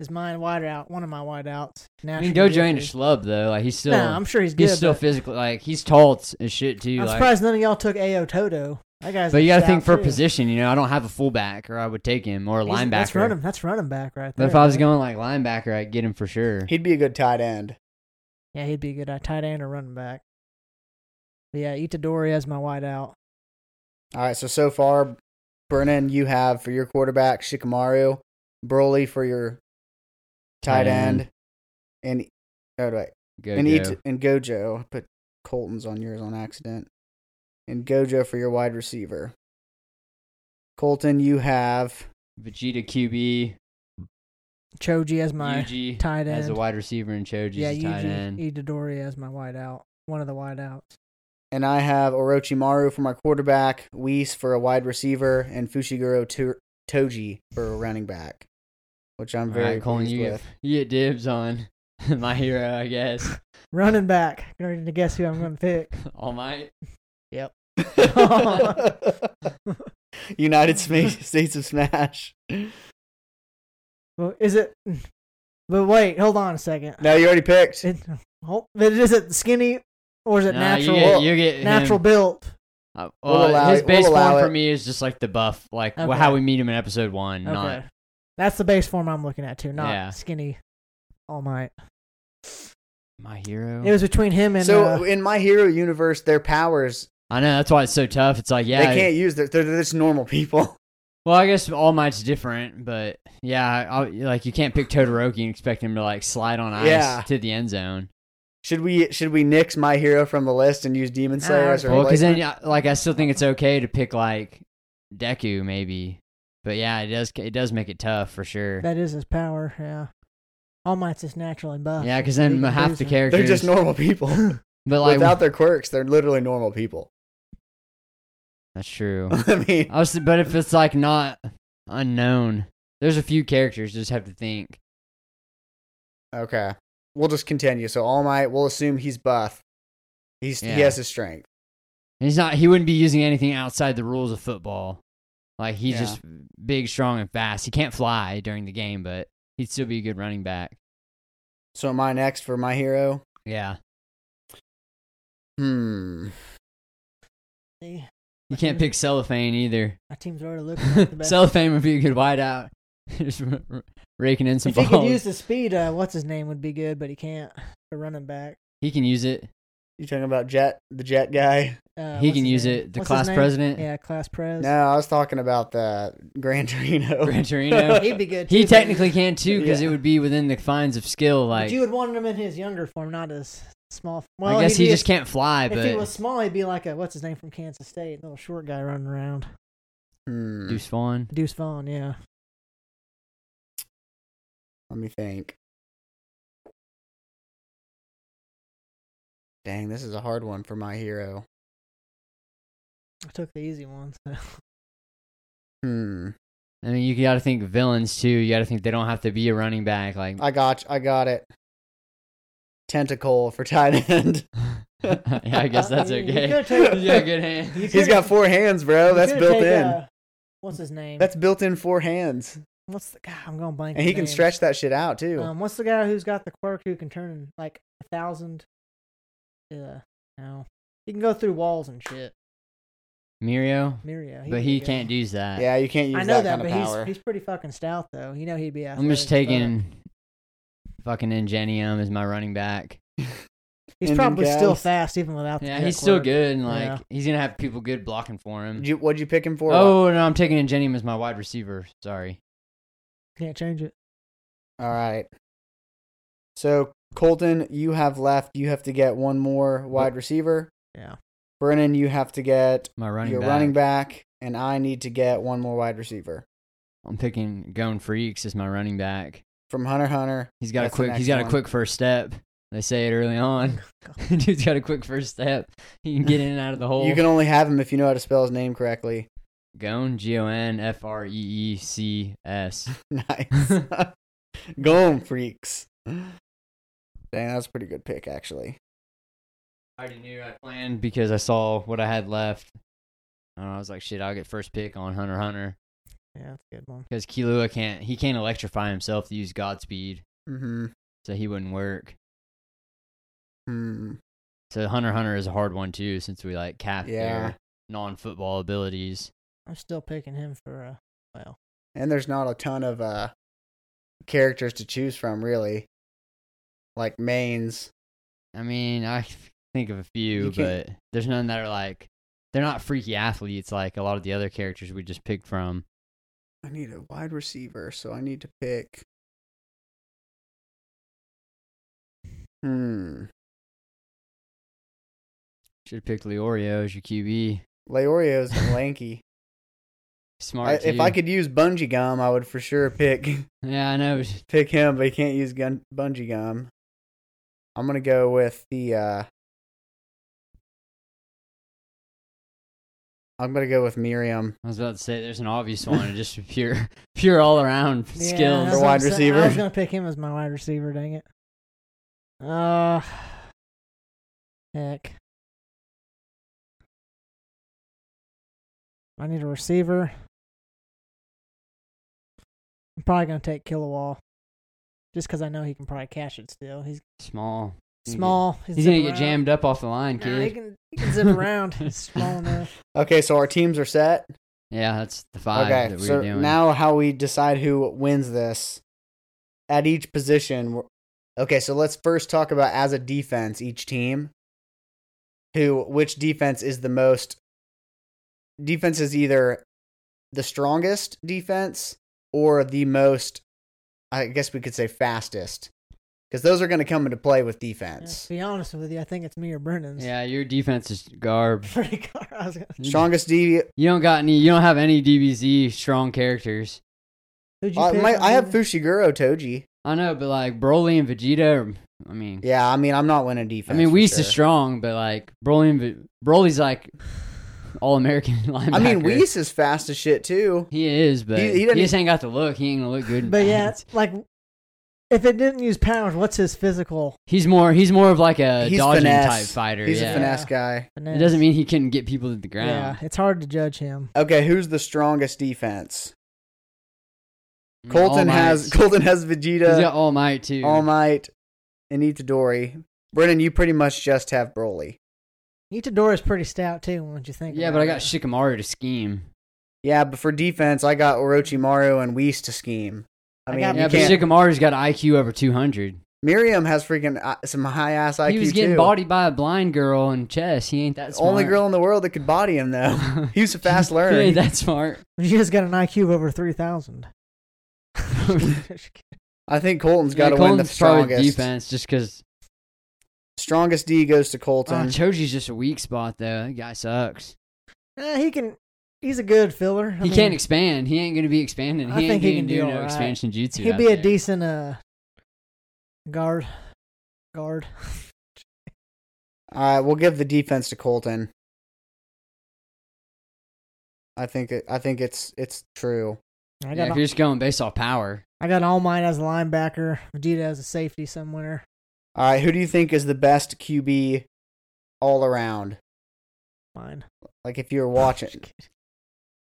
S3: is my wideout, one of my wideouts.
S2: I mean,
S3: Naturally
S2: Gojo ain't a
S3: gifted.
S2: schlub, though. Like, he's still,
S3: Nah, I'm sure he's good.
S2: he's still
S3: but
S2: physically, like, he's tall t- as shit, too.
S3: I'm
S2: like,
S3: surprised none of y'all took Ao Toto. That guy's.
S2: but
S3: a
S2: you got to
S3: stout,
S2: think for
S3: too.
S2: position, you know, I don't have a fullback, or I would take him, or a
S3: He's-
S2: linebacker.
S3: That's running. That's running back right
S2: But
S3: there.
S2: if I was
S3: man.
S2: going, like, linebacker, I'd get him for sure.
S1: He'd be a good tight end.
S3: Yeah, he'd be a good at tight end or running back. But yeah, Itadori as my wideout.
S1: All right. So so far, Brennan, you have for your quarterback Shikamaru, Broly for your tight
S2: Tight end.
S1: end, and oh wait,
S2: Gojo.
S1: and each and Gojo. I put Colton's on yours on accident. And Gojo for your wide receiver. Colton, you have
S2: Vegeta QB,
S3: Choji as my
S2: Yuji
S3: tight
S2: as a
S3: end.
S2: wide receiver, and Choji's
S3: yeah,
S2: a tight end.
S3: Yuji Itadori as my wideout. One of the wideouts.
S1: and I have Orochimaru for my quarterback, Whis for a wide receiver, and Fushiguro to- Toji for a running back. Which I'm
S2: All
S1: very
S2: right, Colin,
S1: pleased
S2: you
S1: with.
S2: get, you get dibs on my hero, I guess.
S3: Running back. You're ready to guess who I'm going to pick.
S2: All Might.
S1: United Sma- States of Smash.
S3: Well, is it? But wait, hold on a second.
S1: No, you already picked.
S3: It, oh, but is it skinny or is it
S2: Nah, you
S3: natural?
S2: get, you get
S3: natural
S2: Him.
S3: built.
S2: Uh,
S1: We'll
S2: well,
S1: allow
S2: his
S1: it-
S2: base
S1: we'll allow
S2: form for
S1: it.
S2: me is just like the buff, like wh-
S3: Okay.
S2: how we meet him in episode one.
S3: Okay.
S2: Not
S3: That's the base form I'm looking at too, not
S2: Yeah.
S3: skinny. All Might.
S2: my hero.
S3: It was between him and
S1: so
S3: uh,
S1: in my hero universe, their powers
S2: I know that's why it's so tough. It's like yeah,
S1: they can't use. Their, they're, they're just normal people.
S2: well, I guess All Might's different, but yeah, I, like you can't pick Todoroki and expect him to like slide on ice
S1: Yeah.
S2: to the end zone.
S1: Should we should we nix my hero from the list and use Demon
S3: Nah,
S1: Slayer as a
S3: Or
S2: Ah, Well, because
S1: replacement?
S2: then, yeah, like, I still think it's okay to pick like Deku, maybe. But yeah, it does it does make it tough for sure.
S3: That is his power, yeah. All Might's just natural and
S1: uh,
S3: buff.
S2: Yeah, because
S3: He
S2: then
S3: can do
S2: half the
S3: some-
S2: characters
S1: they're just normal people.
S2: But like,
S1: Without their quirks, they're literally normal people.
S2: that's true.
S1: I mean,
S2: I was, but if it's like not unknown, there's a few characters just have to think. Oh.
S1: okay. We'll just continue. So All Might, we'll assume he's buff. He's
S2: Yeah.
S1: he has his strength.
S2: And he's not. He wouldn't be using anything outside the rules of football. Like he's
S1: Yeah.
S2: just big, strong, and fast. He can't fly during the game, but he'd still be a good running back.
S1: So am I next for my hero?
S2: Yeah,
S1: Hmm.
S3: See,
S2: you can't pick cellophane either.
S3: My team's already looking at the best.
S2: cellophane would be a good wideout. just r- r- raking in some
S3: if he
S2: balls.
S3: could use the speed, uh, what's his name would be good, but he can't. The running back.
S2: he can use it.
S1: You talking about Jet, the Jet guy?
S3: Uh,
S2: He
S3: what's
S2: can
S3: his
S2: use
S3: name?
S2: it. The
S3: What's his
S2: class
S3: name?
S2: president,
S3: Yeah, class pres.
S1: No, I was talking about the Gran Torino.
S2: Gran Torino.
S3: He'd be good. Too,
S2: He
S3: but-
S2: technically can too because
S1: Yeah.
S2: it would be within the confines of skill.
S3: but
S2: Like
S3: you would want him in his younger form, not his small. Well,
S2: I guess
S3: he'd
S2: he
S3: be a-
S2: just can't fly,
S3: If he
S2: but
S3: was small, he'd be like a what's his name from Kansas State, little short guy running around.
S1: Hmm.
S2: Deuce Vaughn.
S3: Deuce Vaughn, yeah.
S1: Let me think. Dang, this is a hard one for my hero.
S3: I took the easy one. So.
S1: Hmm.
S2: I mean, you got to think villains too. You got to think they don't have to be a running back. Like
S1: I got, I got it. Tentacle for tight end.
S2: yeah, I guess that's
S3: Uh, You- you
S2: okay.
S3: could've taken-
S2: He's got a good hand.
S3: you
S1: He's got four hands, bro.
S3: You
S1: That's
S3: could
S1: built
S3: take,
S1: in.
S3: uh, what's his name?
S1: That's built in four hands,
S3: what's the guy? I'm going blank.
S1: and he
S3: his
S1: can
S3: name.
S1: stretch that shit out too.
S3: Um, what's the guy who's got the quirk who can turn in, like a thousand? Yeah, no, he can go through walls and shit.
S2: Mirio,
S3: Mirio,
S2: but he can't use that.
S1: yeah, you can't use
S3: I
S1: that,
S3: know that,
S1: kind
S3: but
S1: of power.
S3: he's he's pretty fucking stout though. You know he'd be.
S2: I'm just
S3: athletic as fuck.
S2: taking fucking Ingenium as my running back.
S3: He's
S1: Indian
S3: probably still
S1: guys.
S3: fast even without. The
S2: Yeah,
S3: jet
S2: he's still
S3: quirk.
S2: good, and like
S3: Yeah.
S2: he's gonna have people good blocking for him.
S1: Did you, what'd you pick him for?
S2: Oh no, I'm taking Ingenium as my wide receiver. Sorry.
S3: Can't change it.
S1: All right. So Colton, you have left. You have to get one more wide receiver.
S3: Yeah.
S1: Brennan, you have to get
S2: My running
S1: your
S2: back.
S1: running back, and I need to get one more wide receiver
S2: I'm picking Gone Freaks as my running back.
S1: from Hunter x Hunter.
S2: He's got
S1: That's
S2: a
S1: the
S2: quick. He's
S1: next
S2: got a
S1: one.
S2: quick first step. They say it early on. Dude's got a quick first step. He can get in and out of the hole.
S1: You can only have him if you know how to spell his name correctly.
S2: Gone G O N F R E E C S.
S1: Nice. Go on, freaks. Dang, that's a pretty good pick, actually.
S2: I already knew I planned because I saw what I had left. And I was like, shit, I'll get first pick on Hunter Hunter
S3: Yeah, that's a good one.
S2: because Kilua can't. He can't electrify himself to use Godspeed,
S1: Mm-hmm.
S2: so he wouldn't work.
S1: Hmm.
S2: So Hunter Hunter is a hard one too, since we like cap
S1: Yeah.
S2: their non-football abilities.
S3: I'm still picking him for a well.
S1: And there's not a ton of uh characters to choose from, really. Like mains.
S2: I mean, I think of a few,
S1: You can't-
S2: but there's none that are like they're not freaky athletes like a lot of the other characters we just picked from.
S1: I need a wide receiver, so I need to pick. Hmm.
S2: Should have picked Leorio as your QB.
S1: Leorio's lanky.
S2: Smart.
S1: I, if I
S2: too.
S1: could use bungee gum, I would for sure pick
S2: yeah, I know.
S1: pick him, but he can't use gun bungee gum. I'm gonna go with the. uh I'm gonna go with Miriam.
S2: I was about to say there's an obvious one, just pure, pure all around
S3: Yeah, that's
S2: skills.
S1: For
S3: what I'm
S1: wide
S3: saying.
S1: receiver.
S3: I was gonna pick him as my wide receiver. Dang it. Uh, heck. I need a receiver. I'm probably gonna take Kilowall, just because I know he can probably catch it. Still, he's
S2: Small. He's gonna get-
S3: small.
S2: He's gonna get jammed up off the line,
S3: Nah, he
S2: kid.
S3: can he can zip around. He's small enough.
S1: Okay, so our teams are set.
S2: Yeah, that's the five
S1: okay,
S2: that we
S1: so
S2: were doing.
S1: now how we decide who wins this at each position. we're- Okay, so let's first talk about as a defense each team. Who which defense is the most? Defense is either the strongest defense or the most. I guess we could say fastest, because those are going to come into play with
S3: Yeah,
S1: defense.
S3: to be honest with you, I think it's me or Brendan's.
S2: yeah, your defense is garb.
S3: Pretty car. I was gonna,
S1: Strongest D.
S2: You don't got any. You don't have any DBZ strong characters.
S3: who'd you
S1: I,
S3: pick
S1: Uh, my,
S3: on
S1: I have
S3: Brendan?
S1: Fushiguro Toji.
S2: I know, but like Broly and Vegeta. Are, I mean,
S1: Yeah, I mean I'm not winning
S2: I
S1: defense.
S2: mean
S1: for
S2: Whis is
S1: sure.
S2: strong, but like Broly and Ve- Broly's like all American linebacker.
S1: I mean Whis is fast as shit too.
S2: He is, but
S1: He- he
S2: he,
S1: doesn't-
S2: just ain't got the look. He ain't gonna look good. in
S3: But yeah,
S2: pads.
S3: like if it didn't use powers, what's his physical?
S2: he's more he's more of like a
S1: He's
S2: dodging
S1: finesse.
S2: type fighter.
S1: He's a
S2: yeah,
S1: finesse guy.
S2: it doesn't mean he couldn't get people to the ground.
S3: Yeah, it's hard to judge him.
S1: Okay, who's the strongest defense?
S2: I mean,
S1: Colton
S2: Mm, All
S1: has
S2: Might.
S1: Colton has
S2: he's got
S1: Vegeta,
S2: All Might too.
S1: All Might, and Itadori. Brennan, you pretty much just have Broly.
S3: Itadori's pretty stout too. Once you think?
S2: Yeah,
S3: about
S2: but I
S3: it.
S2: got Shikamaru to scheme.
S1: Yeah, but for defense, I got Orochimaru and Whis to scheme. I
S3: I
S1: mean,
S3: got-
S1: you
S2: Yeah, but
S1: can't.
S2: Shikamaru's got IQ over two hundred.
S1: Miriam has freaking uh, some high ass IQ
S2: He was getting
S1: too.
S2: bodied by a blind girl in chess. He ain't that smart.
S1: Only girl in the world that could body him though. He was a fast
S2: he ain't
S1: learner.
S2: that smart.
S3: You just got an IQ of over three thousand.
S1: I think Colton's got to
S2: Yeah,
S1: win the
S2: Colton's probably
S1: strongest.
S2: defense just because
S1: Strongest D goes to
S2: Oh,
S1: Colton.
S2: Choji's just a weak spot though. That guy sucks.
S3: he can. He's a good filler.
S2: he
S3: I mean,
S2: can't expand. He ain't gonna be expanding. He
S3: I
S2: ain't
S3: think he
S2: gonna
S3: can
S2: do
S3: do
S2: no
S3: alright.
S2: expansion jutsu.
S3: He'd
S2: out
S3: be a
S2: there.
S3: decent uh, guard. Guard.
S1: All right, Uh, we'll give the defense to Colton. I think it, I think it's it's true.
S3: I
S2: Yeah,
S3: got.
S2: if you're just going based off power,
S3: I got All Might as a linebacker. Vegeta as a safety somewhere.
S1: All right, who do you think is the best QB all around?
S3: Mine.
S1: Like if you were watching,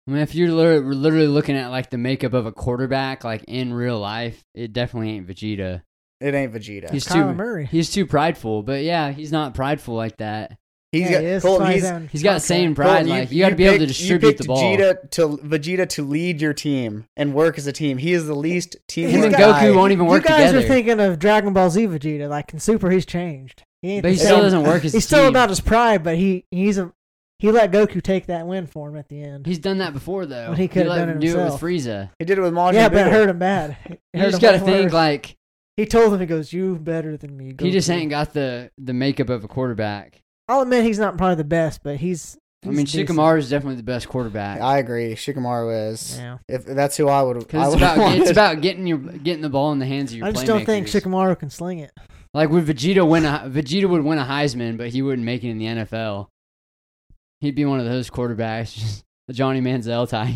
S2: I mean, if you're lit- literally looking at like the makeup of a quarterback, like in real life, it definitely ain't Vegeta.
S1: it ain't Vegeta.
S2: He's
S3: Kyler
S2: too
S3: Murray.
S2: he's too prideful. But yeah, he's not prideful like that.
S1: he's
S3: yeah,
S1: got
S3: he is.
S1: Colton.
S3: Probably
S1: He's,
S3: his own
S2: He's got
S3: contract.
S2: same pride.
S1: Colton,
S2: like you, got to be able to
S1: picked-
S2: distribute
S1: you
S2: the
S1: picked
S2: ball.
S1: Vegeta to Vegeta to lead your team and work as a team. He is the least team.
S2: Him and
S3: He's
S2: Goku
S3: got-
S2: won't even
S3: you
S2: work
S3: guys
S2: together.
S3: are thinking of Dragon Ball Z Vegeta. Like in Super, he's changed. He ain't
S2: but he
S3: the
S2: still
S3: same.
S2: doesn't work as a
S3: He's still
S2: team.
S3: about his pride, but he he's a he let Goku take that win for him at the end.
S2: He's done that before though.
S3: But he could've
S2: let
S3: done
S2: him
S3: it
S2: do
S3: himself.
S2: it with Frieza.
S1: He did it with Majin
S3: yeah, but
S1: Buu.
S3: it hurt him bad. It
S2: You
S3: hurt
S2: just
S3: him
S2: got to
S3: way
S2: think
S3: worse.
S2: like
S3: he told him. He goes, "You better than me." Goku.
S2: he just ain't got the the makeup of a quarterback.
S3: I'll admit he's not probably the best, but he's.
S2: I
S3: he's
S2: mean,
S3: decent.
S2: Shikamaru is definitely the best quarterback.
S1: I agree. Shikamaru is.
S3: Yeah.
S1: If that's who I would, I
S2: Because
S1: would
S2: it's about
S1: want.
S2: it's about getting your getting the ball in the hands of your.
S3: I just don't think
S2: playmakers.
S3: Shikamaru can sling it.
S2: Like would Vegeta win a Vegeta would win a Heisman, but he wouldn't make it in the NFL. He'd be one of those quarterbacks, just the Johnny Manziel type.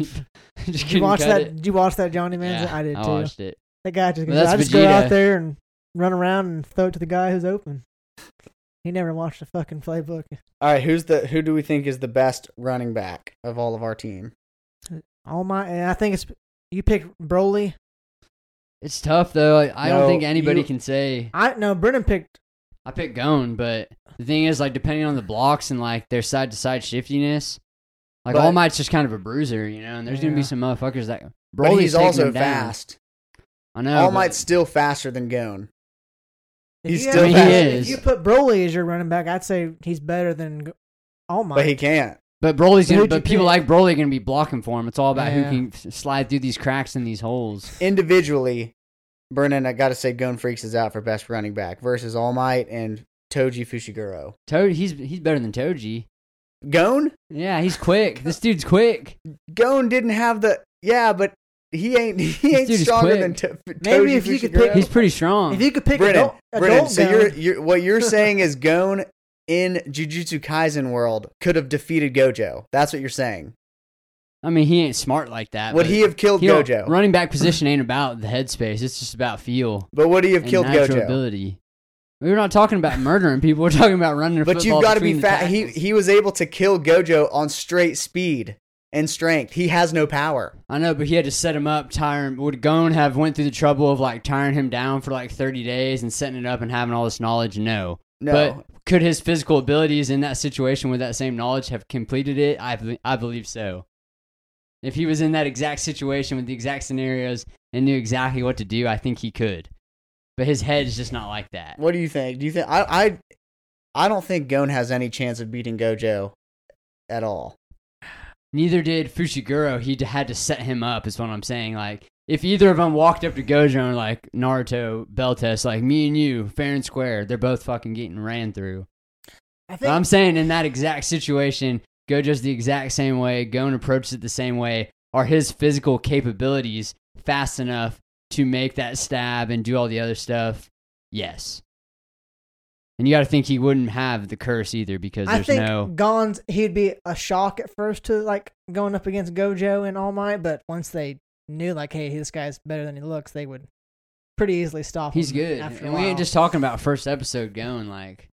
S2: just
S3: Did you
S2: couldn't
S3: watch
S2: cut
S3: that?
S2: It.
S3: Did you watch that Johnny Manziel?
S2: Yeah,
S3: I did too.
S2: I watched it.
S3: That guy just
S2: Well,
S3: goes,
S2: that's
S3: I just go
S2: Vegeta.
S3: out there and run around and throw it to the guy who's open. He never watched the fucking playbook.
S1: All right, who's the who do we think is the best running back of all of our team?
S3: All my, and I think it's you pick Broly.
S2: It's tough though. I, I
S1: No,
S2: don't think anybody
S1: you-
S2: can say
S3: I no, Brennan picked.
S2: I picked Gone, but the thing is, like, depending on the blocks and like their side to side shiftiness, like
S1: But-
S2: All Might's just kind of a bruiser, you know. And there's gonna
S3: Yeah.
S2: be some motherfuckers that
S1: But
S2: Broly's
S1: he's
S2: taking
S1: also
S2: them down.
S1: fast.
S2: I know.
S1: All
S2: but-
S1: Might's still faster than Gone.
S3: if
S1: He's
S3: you
S1: still
S3: had-
S1: fast.
S2: He is.
S3: If you put Broly as your running back, I'd say he's better than G- All Might.
S1: but he can't.
S2: But Broly's
S3: Who
S2: gonna,
S3: would you
S2: but people like
S3: pick?
S2: Broly are gonna be blocking for him. It's all about who
S3: Yeah.
S2: can s- slide through these cracks and these holes.
S1: Individually, Brennan, I got to say, Gone Freaks is out for best running back versus All Might and Toji Fushiguro.
S2: Toad, he's he's better than Toji.
S1: Gone?
S2: Yeah, he's quick. this dude's quick.
S1: Gone didn't have the yeah, but he ain't he ain't
S2: dude is
S1: stronger
S2: quick.
S1: than to- Toji
S3: Maybe if you could pick-
S1: Fushiguro.
S2: He's pretty strong.
S3: if you could pick
S1: Brennan,
S3: adult, adult
S1: Brennan, so you're,
S3: Gon,
S1: you're what you're saying is Gon in Jujutsu Kaisen world could have defeated Gojo. That's what you're saying.
S2: I mean, he ain't smart like that.
S1: Would
S2: but
S1: he have killed
S2: he don't-
S1: Gojo?
S2: Running back position ain't about the headspace. It's just about feel.
S1: But would he have
S2: and
S1: killed
S2: natural
S1: Gojo?
S2: ability. We were not talking about murdering people. We're talking about running.
S1: But you've
S2: got to
S1: be fat. He he was able to kill Gojo on straight speed and strength. He has no power.
S2: I know, but he had to set him up. Tire him. Would Gone have went through the trouble of like tiring him down for like thirty days and setting it up and having all this knowledge? No.
S1: No.
S2: But could his physical abilities in that situation with that same knowledge have completed it? I, bel- I believe so. If he was in that exact situation with the exact scenarios and knew exactly what to do, I think he could. But his head is just not like that.
S1: what do you think? Do you think I I I don't think Gon has any chance of beating Gojo at all.
S2: Neither did Fushiguro. He d- had to set him up, is what I'm saying. Like, if either of them walked up to Gojo and, like, Naruto, Beltest, like, me and you, fair and square, they're both fucking getting ran through.
S3: I
S2: But
S3: think
S2: I'm saying in that exact situation, Gojo's the exact same way. Gon approaches it the same way. Are his physical capabilities fast enough to make that stab and do all the other stuff? Yes. And you got to think he wouldn't have the curse either because
S3: I
S2: there's
S3: think
S2: no.
S3: Gon's he'd be a shock at first to like going up against Gojo and All Might, but once they knew like, hey, this guy's better than he looks, they would pretty easily stop
S2: He's
S3: him.
S2: good.
S3: After a
S2: And we
S3: while.
S2: ain't just talking about first episode Gon. Like,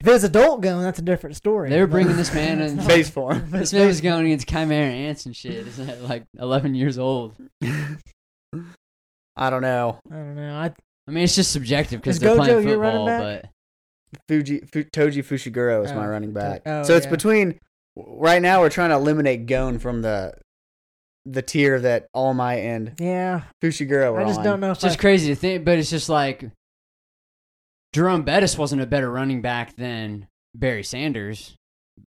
S3: if it was adult Gon, that's a different story.
S2: They were
S3: but-
S2: bringing this man in-
S3: It's not-
S1: Face form.
S2: this man was going against Chimera Ants and shit. Isn't that like 11 years old?
S1: I don't know.
S3: I don't know. I
S2: I mean, it's just subjective because
S3: Is
S2: they're playing
S3: Gojo your running
S2: football,
S3: back?
S2: but.
S1: Fuji Fu, Toji Fushiguro is my
S3: Oh,
S1: running back.
S3: oh,
S1: so it's
S3: yeah.
S1: between right now we're trying to eliminate Gon from the the tier that All Might and
S3: yeah.
S1: Fushiguro are
S3: I just
S1: on.
S3: don't know if
S2: It's just
S3: I,
S2: crazy to think, but it's just like Jerome Bettis wasn't a better running back than Barry Sanders,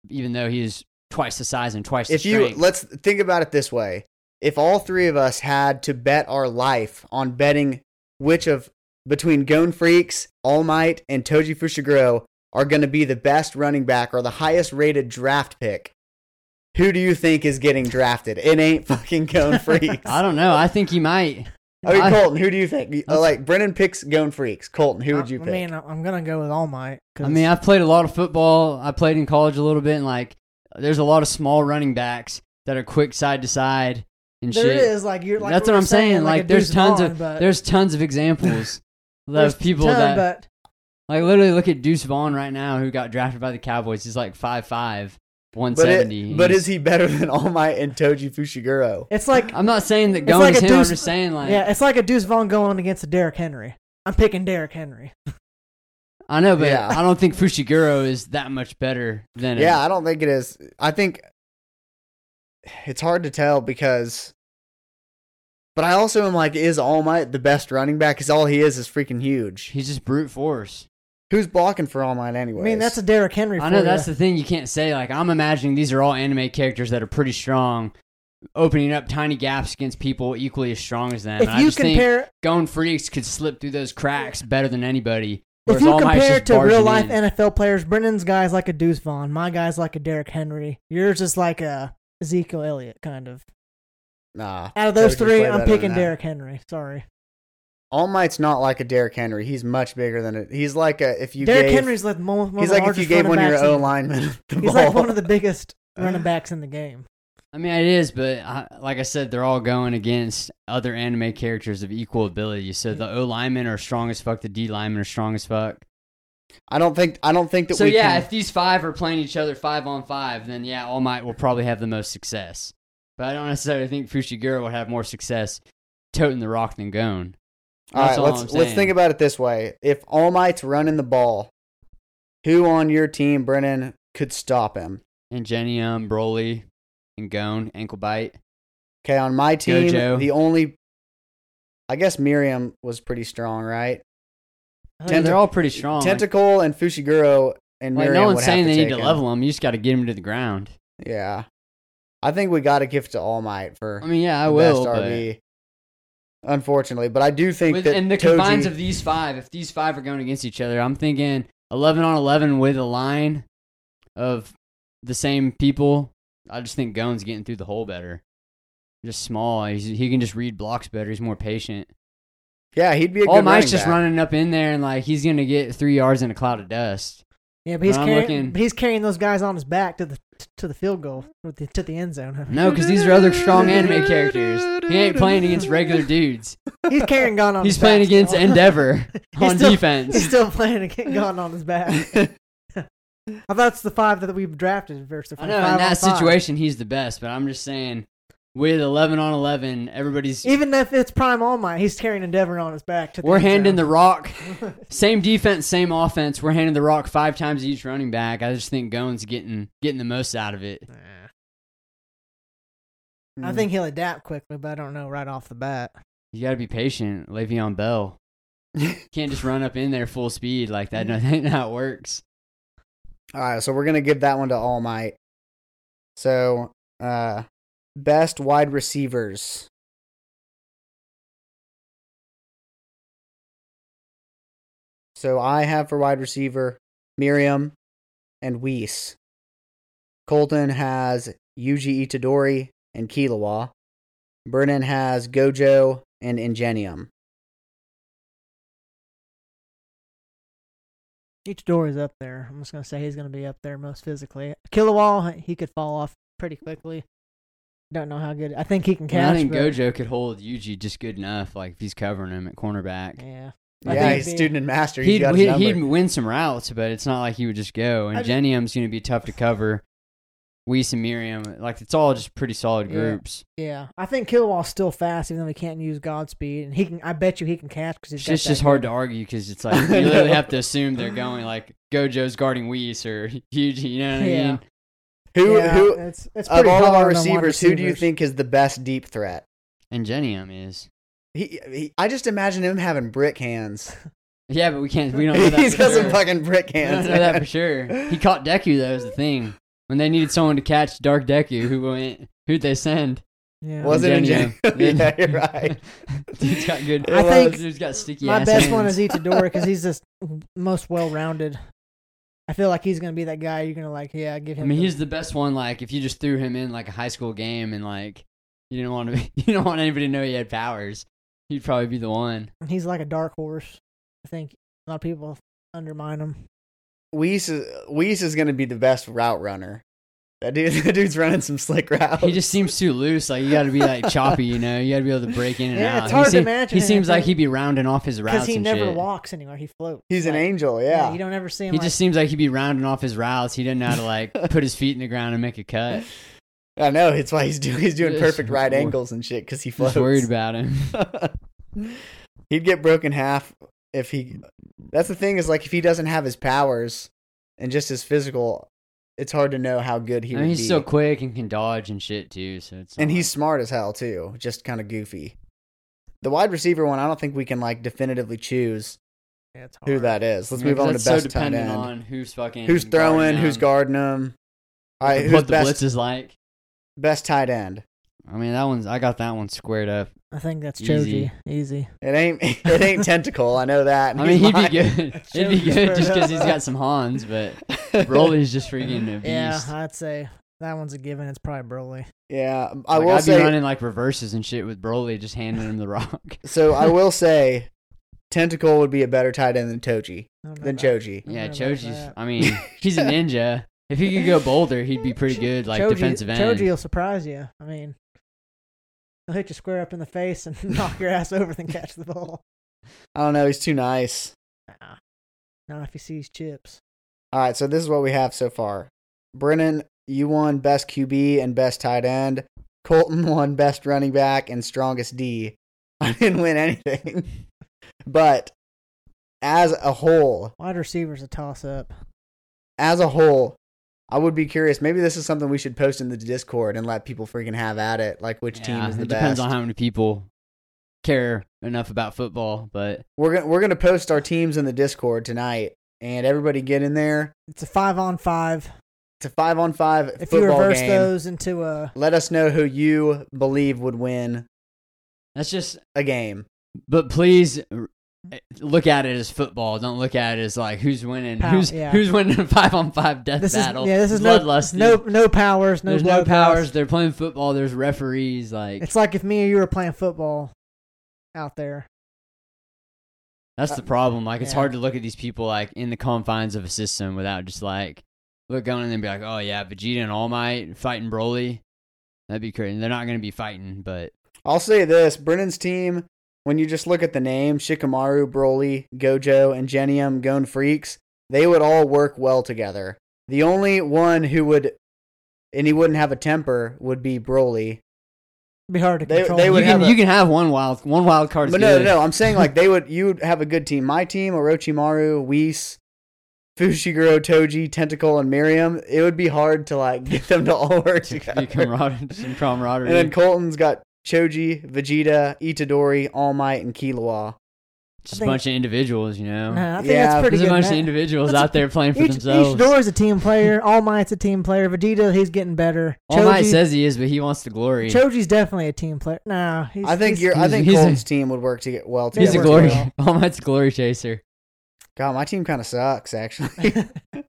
S2: even though he's twice the size and twice the
S1: if you
S2: strength.
S1: let's think about it this way if all three of us had to bet our life on betting which of between Gone Freaks, All Might, and Toji Fushiguro are going to be the best running back or the highest rated draft pick, who do you think is getting drafted? It ain't fucking Gone Freaks.
S2: I don't know. I think he might.
S1: Okay,
S2: I-
S1: Colton, who do you think? You- uh, Like Brennan picks Gone Freaks. Colton, who would you
S3: I,
S1: pick?
S3: I mean, I- I'm gonna go with All Might. 'cause
S2: I mean, I've played a lot of football. I played in college a little bit, and like, there's a lot of small running backs that are quick side to side and
S3: there
S2: shit.
S3: is like you're like
S2: That's
S3: we
S2: what
S3: were
S2: I'm saying. Like,
S3: a
S2: there's
S3: Deuce
S2: tons
S3: Vaughn,
S2: of
S3: but
S2: there's tons of examples
S3: there's
S2: of people
S3: ton,
S2: that
S3: But
S2: Like literally, look at Deuce Vaughn right now, who got drafted by the Cowboys. He's like 5'5",
S1: but,
S2: 170.
S1: it, but is he better than All Might and Toji Fushiguro?
S3: it's like
S2: I'm not saying that
S3: It's
S2: going
S3: like
S2: is
S3: a
S2: him. I'm
S3: Deuce-
S2: just saying like
S3: yeah, it's like a Deuce Vaughn going against a Derrick Henry. I'm picking Derrick Henry.
S2: I know, but
S1: Yeah.
S2: I don't think Fushiguro is that much better than him.
S1: Yeah, I don't think it is. I think it's hard to tell because. But I also am like, is All Might the best running back? Because all he is is freaking huge.
S2: He's just brute force.
S1: Who's blocking for All Might
S3: I
S1: anyway?
S3: mean, that's a Derrick Henry.
S2: I
S3: for
S2: know
S3: ya.
S2: that's the thing you can't say. Like I'm imagining these are all anime characters that are pretty strong, opening up tiny gaps against people equally as strong as them.
S3: if
S2: and I
S3: you
S2: just think
S3: compare
S2: Gone Freaks could slip through those cracks better than anybody.
S3: if
S2: whereas
S3: you
S2: All Might's
S3: compare
S2: just
S3: to real
S2: barging
S3: life
S2: in.
S3: NFL players, Brennan's guy's like a Deuce Vaughn, my guy's like a Derrick Henry, yours is like a Ezekiel Elliott kind of.
S1: nah.
S3: Out of those
S1: Toji's
S3: three,
S1: way
S3: I'm
S1: better than
S3: picking
S1: that.
S3: Derrick Henry. Sorry,
S1: All Might's not like a Derrick Henry. He's much bigger than it. He's like a if you
S3: Derrick
S1: gave,
S3: Henry's like one, one
S1: he's
S3: of the
S1: like if you
S3: largest
S1: gave
S3: running
S1: one of your
S3: backs in-
S1: O linemen the
S3: He's
S1: ball.
S3: like one of the biggest running backs in the game.
S2: I mean, it is, but I, like I said, they're all going against other anime characters of equal ability. So the O linemen are strong as fuck. The D linemen are strong as fuck.
S1: I don't think I don't think that
S2: So
S1: we
S2: yeah,
S1: can
S2: if these five are playing each other five on five, then yeah, All Might will probably have the most success. But I don't necessarily think Fushiguro will have more success toting the rock than Gon.
S1: All right,
S2: That's all
S1: let's
S2: I'm
S1: let's
S2: saying.
S1: think about it this way: if All Might's running the ball, who on your team, Brennan, could stop him?
S2: Ingenium, um, Broly, and Gon, Ankle Bite.
S1: Okay, on my team,
S2: Gojo.
S1: the only, I guess Miriam was pretty strong, right?
S3: I
S2: Dude,
S3: think-
S2: they're all pretty strong.
S1: Tentacle and Fushiguro and
S2: like, like,
S1: Miriam
S2: no
S1: would
S2: one's saying
S1: have
S2: they
S1: to
S2: need
S1: take
S2: to
S1: him.
S2: level them. You just got to get them to the ground.
S1: Yeah, I think we got to give to All Might for
S2: I mean, yeah, I
S1: the
S2: will.
S1: best
S2: But
S1: RB. Unfortunately, but I do think
S2: with,
S1: that
S2: and the
S1: Toji,
S2: confines of these five, if these five are going against each other, I'm thinking 11 on 11 with a line of the same people. I just think Gon's getting through the hole better. Just small. He's, he can just read blocks better. He's more patient.
S1: yeah, he'd be a
S2: All
S1: good running
S2: Might's just
S1: back.
S2: running up in there and like he's gonna get three yards in a cloud of dust.
S3: yeah, but he's
S2: I'm
S3: carrying,
S2: looking-
S3: but he's carrying those guys on his back to the to the field goal or the, to the end zone.
S2: No, because these are other strong anime characters. He ain't playing against regular dudes.
S3: He's carrying Gon on.
S2: He's
S3: his
S2: playing
S3: back
S2: against
S3: still.
S2: Endeavor
S3: He's
S2: on
S3: still- He's
S2: defense.
S3: still playing against Gon on his back. I thought it's the five that we've drafted versus the
S2: I know
S3: five
S2: in
S3: on
S2: that
S3: five.
S2: situation he's the best, but I'm just saying with 11 on 11, everybody's
S3: Even if it's Prime All Might, he's carrying Endeavor on his back. To the
S2: we're
S3: end
S2: handing the
S3: zone.
S2: rock. Same defense, same offense. We're handing the rock five times each running back. I just think Gon's getting getting the most out of it.
S1: Mm.
S3: I think he'll adapt quickly, but I don't know right off the bat.
S2: You got to be patient, Le'Veon Bell. Can't just run up in there full speed like that. No, that ain't how it works.
S1: All right, so we're gonna give that one to All Might. So, uh, best wide receivers. So I have for wide receiver Miriam and Weiss. Colton has Yuji Itadori and Kilawa. Brennan has Gojo and Ingenium.
S3: Each door is up there. I'm just gonna say he's gonna be up there most physically. Kilowall, he could fall off pretty quickly. Don't know how good. I think he can
S2: And I
S3: catch.
S2: think
S3: but-
S2: Gojo could hold Yuji just good enough, like if he's covering him at cornerback.
S3: Yeah. I
S1: Yeah,
S3: think
S1: he's
S3: it'd be-
S1: student and master. He's
S2: He'd,
S1: got his
S2: he'd,
S1: number.
S2: he'd win some routes, but it's not like he would just go.
S3: I
S2: And
S3: just-
S2: Genium's going to be tough to cover. Weiss and Miriam, like it's all just pretty solid
S3: Yeah.
S2: groups.
S3: Yeah, I think Kilowall's still fast, even though he can't use Godspeed, and he can. I bet you he can catch because he's
S2: It's
S3: got
S2: just,
S3: that
S2: just
S3: good-
S2: hard to argue because it's like you literally have to assume they're going like Gojo's guarding Weiss or Yuji. You know what I
S3: Yeah.
S2: mean?
S1: who
S3: Yeah,
S1: who
S3: It's, it's
S1: of
S3: pretty
S1: all of
S3: hard
S1: our
S3: on wide
S1: receivers, who do you
S3: receivers.
S1: think is the best deep threat?
S2: And Genium is.
S1: He, he, I just imagine him having brick hands.
S2: Yeah, but we can't. We don't. Know that
S1: He's
S2: for
S1: got
S2: sure.
S1: some fucking brick
S2: We don't
S1: hands.
S2: know that for sure. He caught Deku though. Is the thing when they needed someone to catch Dark Deku, who went? Who'd they send?
S3: Yeah.
S1: Was it in
S2: Ingenium.
S1: Gen- Yeah, you're right.
S2: Dude's got good.
S1: I
S3: think
S2: dude's got sticky.
S3: My
S2: ass
S3: best
S2: hands.
S3: one is Itadori because he's just most well-rounded. I feel like he's gonna be that guy. You're gonna like, yeah, give
S2: I
S3: him.
S2: mean,
S3: the-
S2: he's the best one. Like, if you just threw him in like a high school game and like you didn't want to, you don't want anybody to know he had powers. He'd probably be the one.
S3: he's like a dark horse. I think a lot of people undermine him.
S1: Weiss is, Weiss is going to be the best route runner. That dude, that dude's running some slick routes.
S2: He just seems too loose. Like you got to be like choppy. You know, you got to be able to break in and
S3: Yeah,
S2: out.
S3: it's
S2: he
S3: hard to
S2: seem-
S3: imagine
S2: He seems
S3: him.
S2: like he'd be rounding off his routes
S3: Because he
S2: and
S3: never
S2: shit.
S3: walks anywhere. He floats.
S1: He's an
S3: Like,
S1: angel,
S3: Yeah.
S1: yeah.
S3: you don't ever see him.
S2: He
S3: like,
S2: just seems like he'd be rounding off his routes. He didn't know how to like put his feet in the ground and make a cut.
S1: I know. It's why he's doing he's doing
S2: Just
S1: perfect right
S2: wor-
S1: angles and shit because he floats.
S2: Just worried about him.
S1: He'd get broken half if he. That's the thing is like if he doesn't have his powers and just his physical, it's hard to know how good he
S2: I
S1: would
S2: mean, he's
S1: be.
S2: so quick and can dodge and shit too. So it's not
S1: and
S2: like-
S1: he's smart as hell too, just kind of goofy. The wide receiver one, I don't think we can like definitively choose
S3: Yeah, it's
S1: who
S3: hard.
S1: that is. Let's
S2: Yeah,
S1: move
S2: 'cause
S1: on to
S2: that's
S1: best
S2: so
S1: tight
S2: dependent
S1: end.
S2: on who's fucking
S1: who's throwing,
S2: guarding
S1: who's
S2: him,
S1: guarding him. All right, who's
S2: What the blitz
S1: best
S2: is like.
S1: best tight end?
S2: I mean, that one's I got that one squared up.
S3: I think that's
S2: Easy.
S3: Choji. Easy.
S1: It ain't it ain't tentacle. I know that.
S2: I mean,
S1: He's
S2: he'd be
S1: mine.
S2: good. He'd be
S3: Joe's
S2: good
S3: squared
S2: just because he's
S3: up.
S2: got some Hans, but Broly's just freaking a beast.
S3: Yeah, I'd say that one's a given. It's probably Broly.
S1: yeah, I
S2: Like,
S1: will
S2: I'd
S1: say.
S2: be running like reverses and shit with Broly, just handing him the rock.
S1: So I will say, tentacle would be a better tight end than Toji
S3: I don't know
S1: than
S3: about-
S1: Choji.
S3: I don't
S2: Yeah,
S3: know about
S2: Choji's.
S3: that.
S2: I mean, he's a ninja. If he could go bolder, he'd be pretty good, like
S3: Choji,
S2: defensive end.
S3: Choji will surprise you. I mean, he'll hit you square up in the face and knock your ass over, then catch the ball.
S1: I don't know. He's too nice.
S3: Nah. Not if he sees chips.
S1: All right, so this is what we have so far. Brennan, you won best QB and best tight end. Colton won best running back and strongest D. I didn't win anything. but as a whole,
S3: Wide receiver's a toss up.
S1: as a whole, I would be curious. Maybe this is something we should post in the Discord and let people freaking have at it. Like which team
S2: Yeah,
S1: is the
S2: it
S1: best?
S2: depends on how many people care enough about football, but
S1: we're gonna we're gonna post our teams in the Discord tonight, and everybody get in there.
S3: It's a five on five.
S1: It's a five on five
S3: If you
S1: football
S3: reverse
S1: game.
S3: those into a
S1: Let us know who you believe would win
S2: that's just
S1: a game.
S2: but please r- look at it as football. Don't look at it as like who's winning,
S3: Pow-
S2: who's
S3: yeah.
S2: who's winning a 5 on 5 death
S3: this
S2: battle.
S3: is yeah, this is no
S2: bloodlust.
S3: no no powers, no
S2: There's no
S3: bloodlust.
S2: powers. They're playing football. There's referees like
S3: It's like if me or you were playing football out there.
S2: That's the problem. Like, it's
S3: Yeah.
S2: hard to look at these people like in the confines of a system without just like look going and then be like, oh yeah, Vegeta and All Might fighting Broly. That'd be crazy. They're not going to be fighting, but
S1: I'll say this: Brennan's team. When you just look at the name, Shikamaru, Broly, Gojo, and Genium, Gone Freaks, they would all work well together. The only one who would, and he wouldn't have a temper, would be Broly.
S3: It'd be hard to
S1: They-
S3: control.
S1: they would
S2: you can
S1: have a-
S2: you can have one wild one wild card.
S1: But no, no, no, I'm saying like they would. You would have a good team. My team: Orochimaru, Whis, Fushiguro, Toji, Tentacle, and Miriam. It would be hard to like get them to all work
S2: You
S1: together.
S2: camaraderie, some
S1: And
S2: camaraderie.
S1: then Colton's got Choji, Vegeta, Itadori, All Might, and Killua.
S2: just
S3: I
S2: a
S3: think-
S2: bunch of individuals, you know.
S3: Nah, I think
S1: Yeah,
S3: that's pretty
S2: There's a
S3: good.
S2: bunch of
S3: ma-
S2: individuals
S3: That's a-
S2: out there playing for
S3: Each, each
S2: themselves.
S3: door is a team player. All Might's a team player. Vegeta, he's getting better.
S2: All Might
S3: Choji-
S2: says he is, but he wants the glory.
S3: Choji's definitely a team player. Nah, he's,
S1: I think
S3: he's-
S1: you're. I
S2: he's-
S1: think
S2: he's a-
S1: Colton's team would work to get well
S3: Yeah,
S2: He's
S1: together.
S2: a
S3: we're
S2: glory.
S3: well.
S2: All Might's a glory chaser.
S1: God, my team kind of sucks actually.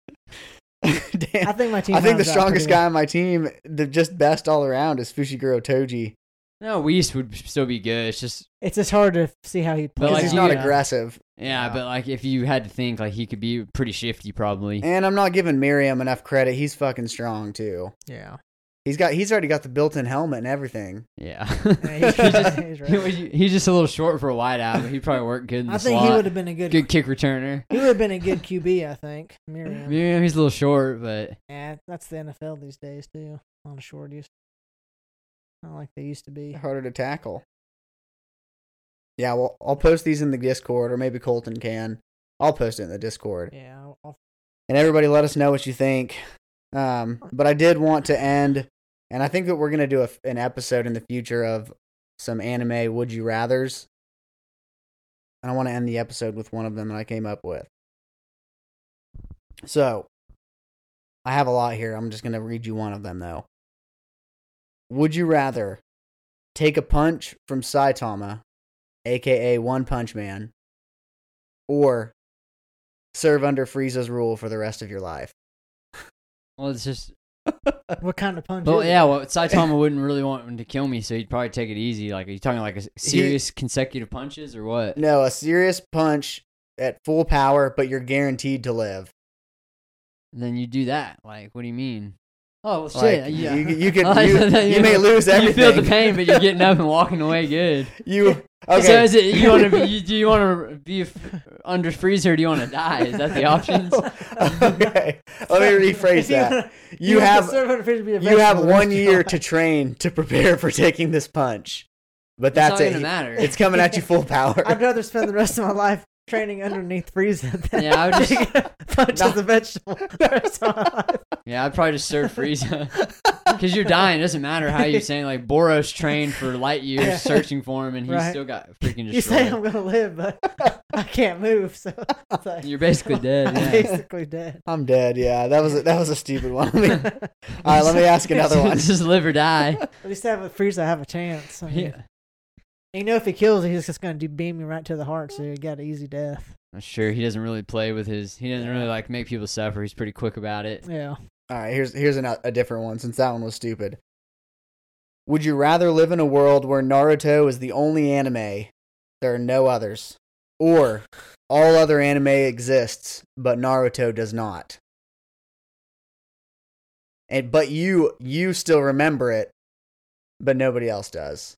S1: Damn.
S3: I think my team.
S1: I think the
S3: rounds out pretty
S1: strongest guy on my team, the just best all around, is Fushiguro Toji
S2: No, Weiss would still be good. It's just
S3: well. It's just hard to see how he'd play.
S1: because
S2: like,
S1: he's
S2: you-
S1: not
S2: yeah.
S1: aggressive.
S2: Yeah,
S1: Yeah.
S2: but like if you had to think, like he could be pretty shifty, probably.
S1: And I'm not giving Miriam enough credit. He's fucking strong too.
S3: Yeah,
S1: He's got he's already got the built-in helmet and everything.
S2: Yeah,
S3: Yeah,
S2: he's,
S3: he's,
S2: just,
S3: he's
S2: he
S3: right.
S2: was- he's just a little short for a wideout, but he'd probably work good in the
S3: I think he
S2: slot.
S3: would have been a good.
S2: good kick returner.
S3: He would have been a good QB. I think. Miriam.
S2: Yeah, he's a little short, but
S3: Yeah, that's the NFL these days too. On the shorties. Not like they used to be.
S1: Harder to tackle. Yeah, well, I'll post these in the Discord, or maybe Colton can. I'll post it in the Discord,
S3: Yeah. I'll- I'll-
S1: and everybody let us know what you think. Um, but I did want to end, and I think that we're gonna do a, an episode in the future of some anime would you rather's. And I want to end the episode with one of them that I came up with. So, I have a lot here. I'm just going to read you one of them, though. Would you rather take a punch from Saitama, aka One Punch Man, or serve under Frieza's rule for the rest of your life?
S2: well, it's just.
S3: what kind of punch?
S2: Well,
S3: is it?
S2: yeah, well, Saitama wouldn't really want him to kill me, so he'd probably take it easy. Like, are you talking like a s- serious consecutive punches or what?
S1: No, a serious punch at full power, but you're guaranteed to live.
S2: Then you do that. Like, what do you mean? Oh well, shit!
S1: Like,
S2: yeah.
S1: you, you, could,
S2: I
S1: you,
S2: said that,
S1: you
S2: you
S1: may
S2: know,
S1: lose
S2: you feel
S1: everything.
S2: the pain, but you're getting up and walking away good.
S1: You okay?
S2: So is it you want to be? You, do you want to be f- under freezer? Or do you want to die? Is that the options?
S1: okay, let me rephrase
S3: If you
S1: that.
S3: wanna-
S1: You
S3: want
S1: have
S3: the servant to be a
S1: you
S3: vegetable
S1: have
S3: the rest
S1: one
S3: of your
S1: year
S3: life.
S1: to train to prepare for taking this punch, but
S2: it's
S1: that's
S2: not gonna
S1: it.
S2: matter.
S1: It's coming at you full
S3: I'd
S1: power.
S3: rather spend the rest of my life training underneath Frieza than
S2: yeah, I would just
S3: punch
S1: No.
S3: as a vegetable the rest of my life.
S2: yeah, I'd probably just serve Frieza because you're dying. It doesn't matter how you're saying. Like Boros trained for light
S3: Yeah.
S2: years searching for him, and he's
S3: Right.
S2: still got freaking
S3: You say I'm
S2: destroyed.
S3: gonna live, but I can't move, so it's like,
S2: You're basically dead.
S3: I'm
S2: Yeah.
S3: basically dead.
S1: I'm dead. Yeah, that was a, that was a stupid one. I mean, all right, let me ask another one.
S2: just live or die.
S3: At least I have a Frieza, I have a chance. I mean,
S2: Yeah.
S3: You know, if he kills, he's just gonna do beam me right to the heart, so you got an easy death.
S2: I'm sure he doesn't really play with his. He doesn't really like make people suffer. He's pretty quick about it.
S3: Yeah,
S1: All right, here's here's an, a different one since that one was stupid. Would you rather live in a world where Naruto is the only anime, there are no others, or all other anime exists but Naruto does not? and but you you still remember it, but nobody else does.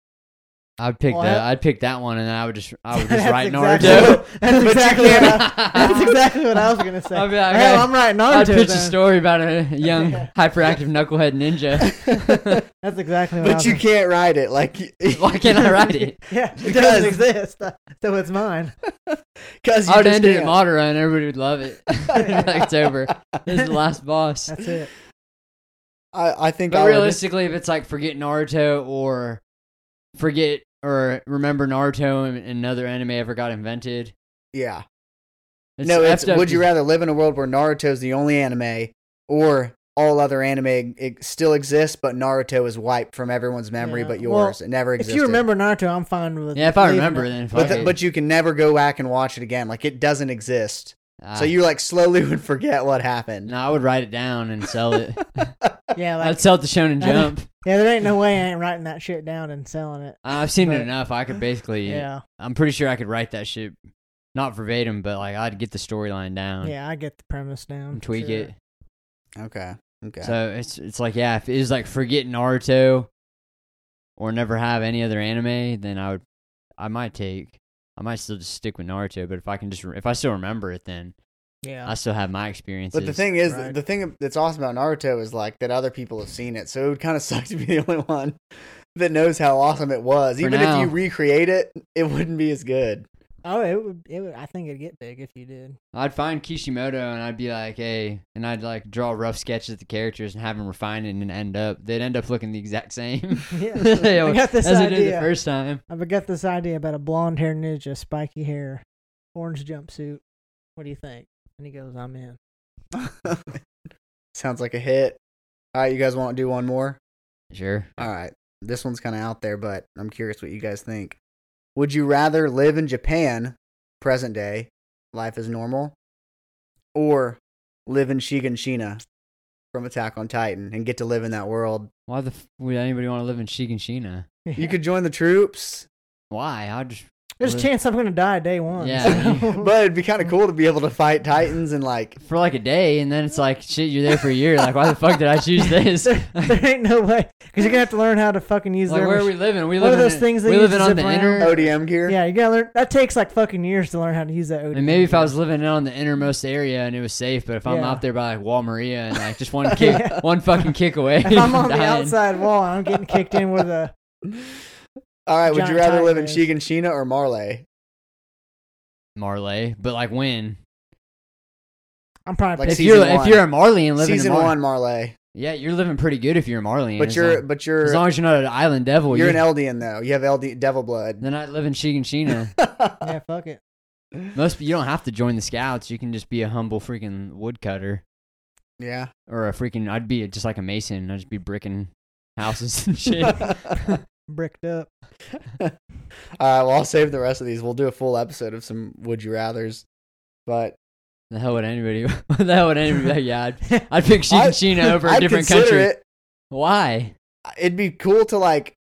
S2: I'd pick
S3: Well,
S2: that.
S3: I-
S2: I'd pick that one, and I would just I would just
S3: That's
S2: write
S3: exactly
S2: Naruto.
S3: what- that's
S1: But you
S3: exactly what I- That's
S2: I'd
S3: exactly what I was gonna say.
S2: I'd Um, be
S3: Okay.
S2: like,
S3: Hell,
S2: okay.
S3: I'm right. Naruto.
S2: pitch a
S3: then.
S2: story about a young hyperactive knucklehead ninja.
S3: That's exactly what. I
S1: But
S3: was
S1: you
S3: gonna-
S1: can't write it like
S2: Why can't I write it?
S3: Yeah, it
S1: Because-
S3: doesn't exist, so it's mine.
S1: because you
S2: I would
S1: just
S2: end it at
S1: can't.
S2: Madara, and everybody would love it. Like, it's over. This is the last boss.
S3: That's it.
S1: I, I think I
S2: But
S1: would-
S2: realistically, if it's like forget Naruto or forget or remember Naruto and another anime ever got invented,
S1: yeah.
S2: it's
S1: no, it's,
S2: effed up
S1: would you
S2: to-
S1: rather live in a world where Naruto's the only anime or all other anime it still exists, but Naruto is wiped from everyone's memory
S3: Yeah,
S1: but
S3: well,
S1: yours? it never
S3: If
S1: existed.
S3: you remember Naruto, I'm fine with.
S2: Yeah, if I
S3: leaving
S2: remember,
S3: it.
S2: then
S1: But,
S2: fuck
S1: the,
S2: it.
S1: but you can never go back and watch it again. Like, it doesn't exist.
S2: Ah,
S1: so you, like, slowly would forget what happened.
S2: No, I would write it down and sell it.
S3: yeah, like
S2: I'd sell it to Shonen
S3: I don't-
S2: Jump. Uh,
S3: yeah, there ain't no way I ain't writing that shit down and selling it.
S2: I've seen
S3: But-
S2: it enough. I could basically.
S3: Yeah,
S2: I'm pretty sure I could write that shit, not verbatim, but like I'd get the storyline down.
S3: yeah, I get the premise down.
S2: And tweak
S3: sure.
S2: it.
S1: Okay. Okay.
S2: So it's it's like yeah, if it was like forget Naruto, or never have any other anime, then I would, I might take, I might still just stick with Naruto. But if I can just re- if I still remember it, then I
S3: Yeah,
S2: still have my experiences.
S1: but the thing is,
S3: Right.
S1: the thing that's awesome about Naruto is, like, that other people have seen it. So it would kind of suck to be the only one that knows how awesome it was.
S2: For
S1: Even if
S2: now.
S1: you recreate it, it wouldn't be as good.
S3: oh, it would. It would. I think it'd get big if you did.
S2: I'd find Kishimoto and I'd be like, hey, and I'd like draw rough sketches of the characters and have them refine it and end up they'd end up looking the exact same.
S3: Yeah,
S2: Yeah,
S3: I got this
S2: as I
S3: idea.
S2: did the first time.
S3: I've got this idea about a blonde hair ninja, spiky hair, orange jumpsuit. What do you think? And he goes, I'm in.
S1: Sounds like a hit. All right, you guys want to do one more?
S2: Sure.
S1: All right. This one's kind of out there, but I'm curious what you guys think. Would you rather live in Japan, present day, life is normal, or live in Shiganshina from Attack on Titan and get to live in that world?
S2: Why the f- would anybody want to live in Shiganshina?
S1: You could join the troops,
S2: Why? I just
S3: There's a chance I'm going to die day one.
S2: Yeah.
S3: so-
S1: but it'd be kind of cool to be able to fight Titans and like.
S2: for like a day, and then it's like shit. You're there for a year. Like why the fuck did I choose this?
S3: there, there ain't no way. Because you're going to have to learn how to fucking use
S2: like
S3: their
S2: where are
S3: mach-
S2: we living? We
S3: What are
S2: living
S3: those
S2: in-
S3: things that
S2: we
S3: you
S2: living
S3: zip
S2: on the
S3: around?
S2: inner.
S1: ODM gear.
S3: Yeah, you got to learn. That takes like fucking years to learn how to use that OD.
S2: And maybe if I was living in on the innermost area and it was safe, but if I'm
S3: Yeah.
S2: out there by like Wall Maria and like just one kick, one fucking kick away,
S3: If I'm on the
S2: dying.
S3: outside wall, I'm getting kicked in with a.
S1: All right. Would you
S3: Giant
S1: rather live in
S3: Titan
S1: Shiganshina or Marley?
S2: Marley, but like when
S3: I'm probably.
S1: Like
S2: if
S3: pissed.
S2: you're
S1: season one.
S2: if you're a Marley and living
S1: Season
S2: in Mar-
S1: one, Marley.
S2: yeah, you're living pretty good if you're a Marley.
S1: But
S2: as
S1: you're,
S2: long-
S1: but
S2: as
S1: you're,
S2: long as you're not an island devil,
S1: you're
S2: you-
S1: an Eldian though. You have LD devil blood.
S2: then I live in Shiganshina.
S3: yeah, fuck it.
S2: Most you don't have to join the scouts. You can just be a humble freaking woodcutter
S1: yeah.
S2: or a freaking. I'd be just like a mason. I'd just be bricking houses and shit.
S3: Bricked up.
S1: All right, Uh, well, I'll save the rest of these. We'll do a full episode of some would you rather's. But
S2: the hell would anybody? What the hell would anybody? Yeah, I'd, I'd pick
S1: I-
S2: Shiganshina over a
S1: I'd
S2: different
S1: consider
S2: country.
S1: It,
S2: Why?
S1: it'd be cool to like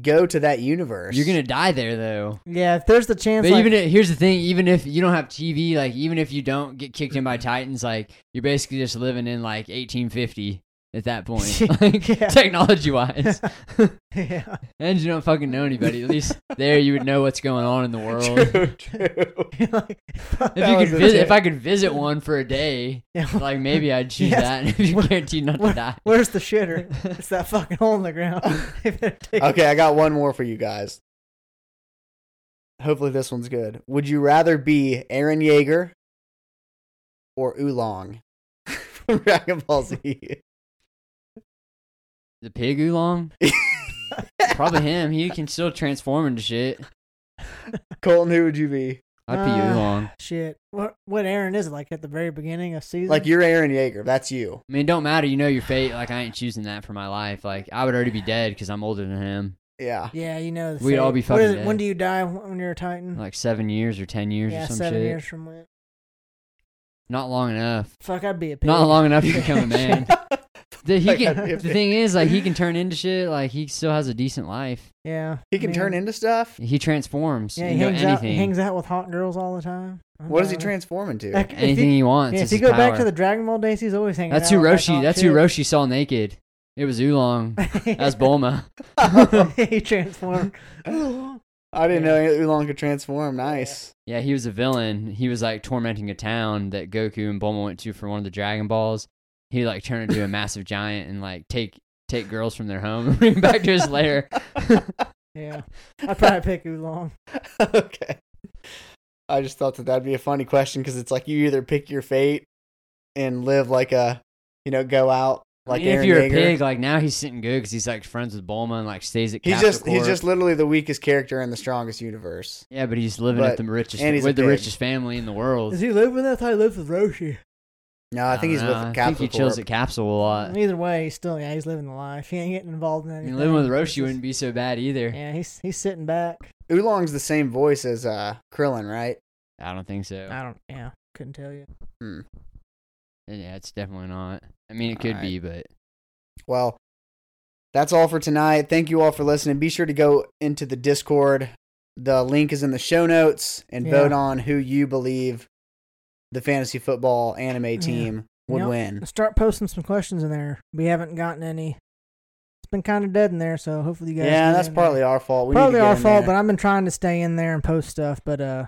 S1: go to that universe.
S2: You're gonna die there though.
S3: Yeah, if there's the chance.
S2: But
S3: like,
S2: even if, here's the thing: even if you don't have TV, like even if you don't get kicked in by Titans, like you're basically just living in like 1850 at that point, like,
S3: Yeah.
S2: technology wise.
S3: yeah.
S2: and you don't fucking know anybody. At least there, you would know what's going on in the world.
S1: True, true.
S3: You're like, fuck.
S2: If
S1: That
S2: you
S1: was
S2: could
S1: a
S2: visit,
S1: tip.
S2: if I could visit one for a day,
S3: Yeah,
S2: like maybe I'd choose
S3: Yes.
S2: that. If you're
S3: Where-
S2: guaranteed not to
S3: where-
S2: die.
S3: Where's the shitter? It's that fucking hole in the ground. They better take-
S1: Okay, I got one more for you guys. Hopefully, this one's good. Would you rather be Aaron Yeager or Oolong from Dragon Ball Z?
S2: The pig oolong? Probably him. He can still transform into shit.
S1: Colton, who would you be?
S2: I'd be
S3: Ah.
S2: oolong.
S3: Shit. What what Aaron is it like at the very beginning of season?
S1: Like, you're Aaron Yeager. That's you.
S2: I mean, it don't matter. You know your fate. Like I ain't choosing that for my life. Like I would already be dead because I'm older than him.
S1: Yeah.
S3: Yeah, you know. The
S2: We'd all be
S3: fate. What is
S2: fucking
S3: it- When
S2: dead.
S3: do you die? Wh- When you're a Titan?
S2: Like seven years or ten years
S3: Mm. yeah,
S2: or some
S3: seven
S2: shit.
S3: years from when.
S2: Not long enough.
S3: Fuck, I'd be a pig.
S2: Not long enough to become a man. The, he
S1: Like,
S2: can, the
S1: if-
S2: thing is, like, he can turn into shit. Like, he still has a decent life.
S3: Yeah.
S1: He can turn into stuff.
S2: He transforms
S3: Yeah, he
S2: into
S3: hangs out,
S2: anything.
S3: he hangs out with hot girls all the time. I
S1: What does he
S3: know.
S1: transform into?
S3: Like, if you-
S2: anything he wants.
S3: Yeah,
S2: is
S3: if you
S2: his
S3: go back to
S2: power.
S3: the Dragon Ball days, he's always hanging
S2: That's
S3: out.
S2: who
S3: with that
S2: Roshi.
S3: hot
S2: That's who Roshi saw naked. It was Oolong.
S3: chick.
S2: That's Bulma.
S3: he transformed. yeah,
S1: I didn't
S3: Yeah.
S1: know Oolong could transform. Nice.
S2: Yeah, he was a villain. He was like tormenting a town that Goku and Bulma went to for one of the Dragon Balls. He like turned into a massive giant and like take take girls from their home and bring them back to his lair.
S3: I'd probably pick Oolong.
S1: okay. I just thought that that'd be a funny question because it's like you either pick your fate and live like a, you know, go out like
S2: I mean, if
S1: Aaron
S2: you're
S1: Yeager.
S2: a pig, like now he's sitting good because he's like friends with Bulma and like stays at.
S1: He's
S2: Capitol
S1: just he's
S2: Corp.
S1: just literally the weakest character in the strongest universe.
S2: yeah, but he's living at
S1: but-
S2: the richest
S1: and he's a
S2: with the
S1: pig.
S2: richest family in the world.
S3: Does he live with that? How he lives with Roshi.
S1: No, I, think he's
S2: don't know.
S1: with
S2: I
S1: Capitol
S2: think he chills
S1: Corp.
S2: at Capsule a lot.
S3: Either way, he's still yeah, he's living the life. He ain't getting involved in
S2: I
S3: anything.
S2: mean, living with
S3: It's
S2: Roshi
S3: just-
S2: wouldn't be so bad either.
S3: Yeah, he's he's sitting back.
S1: Oolong's the same voice as uh, Krillin, right?
S2: I don't think so.
S3: I don't. Yeah, couldn't tell you.
S1: Hmm.
S2: Yeah, it's definitely not. I mean, it could
S1: Alright.
S2: be, but
S1: Well, that's all for tonight. Thank you all for listening. Be sure to go into the Discord. The link is in the show notes and
S3: Yeah.
S1: vote on who you believe the fantasy football anime
S3: Yeah.
S1: team would
S3: Yep.
S1: win.
S3: Start posting some questions in there. We haven't gotten any. It's been kind of dead in there, so hopefully you guys.
S1: Yeah,
S3: get
S1: that's
S3: in there.
S1: partly our fault. We
S3: Probably
S1: need to get
S3: our
S1: in
S3: fault,
S1: there.
S3: but I've been trying to stay in there and post stuff. But uh,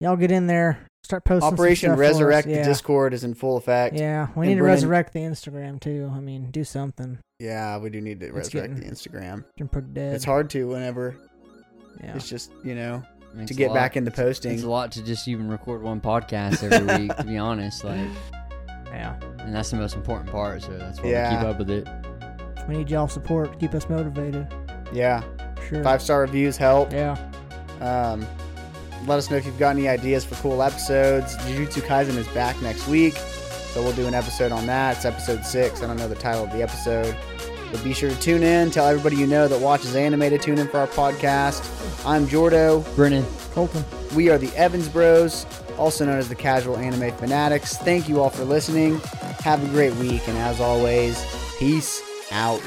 S3: y'all get in there, start posting. some
S1: Operation
S3: stuff for us.
S1: Resurrect the
S3: Yeah.
S1: Discord is in full effect. Yeah,
S3: Yeah, we
S1: And
S3: need to
S1: Brennan-
S3: resurrect the Instagram too. I mean, do something.
S1: we do need to resurrect
S3: getting-
S1: the Instagram.
S3: It's been pretty dead.
S1: It's hard to whenever
S3: Yeah.
S1: it's just, you know,
S2: it's
S1: to
S2: a
S1: get
S2: lot-
S1: back into
S2: It's a
S1: posting.
S2: lot to just even record one podcast every week, to be honest. Like,
S3: yeah.
S2: and that's the most important part. So that's why we
S1: Yeah.
S2: keep up with it.
S3: We need y'all support to keep us motivated.
S1: Yeah.
S3: Sure.
S1: Five star reviews help.
S3: Yeah.
S1: Um, let us know if you've got any ideas for cool episodes. Jujutsu Kaisen is back next week, so we'll do an episode on that. It's episode six. I don't know the title of the episode. But be sure to tune in. Tell everybody you know that watches anime to tune in for our podcast. I'm Jordo.
S2: Brennan,
S3: Colton.
S1: We are the Evans Bros, also known as the Casual Anime Fanatics. Thank you all for listening. Have a great week, and as always, peace out.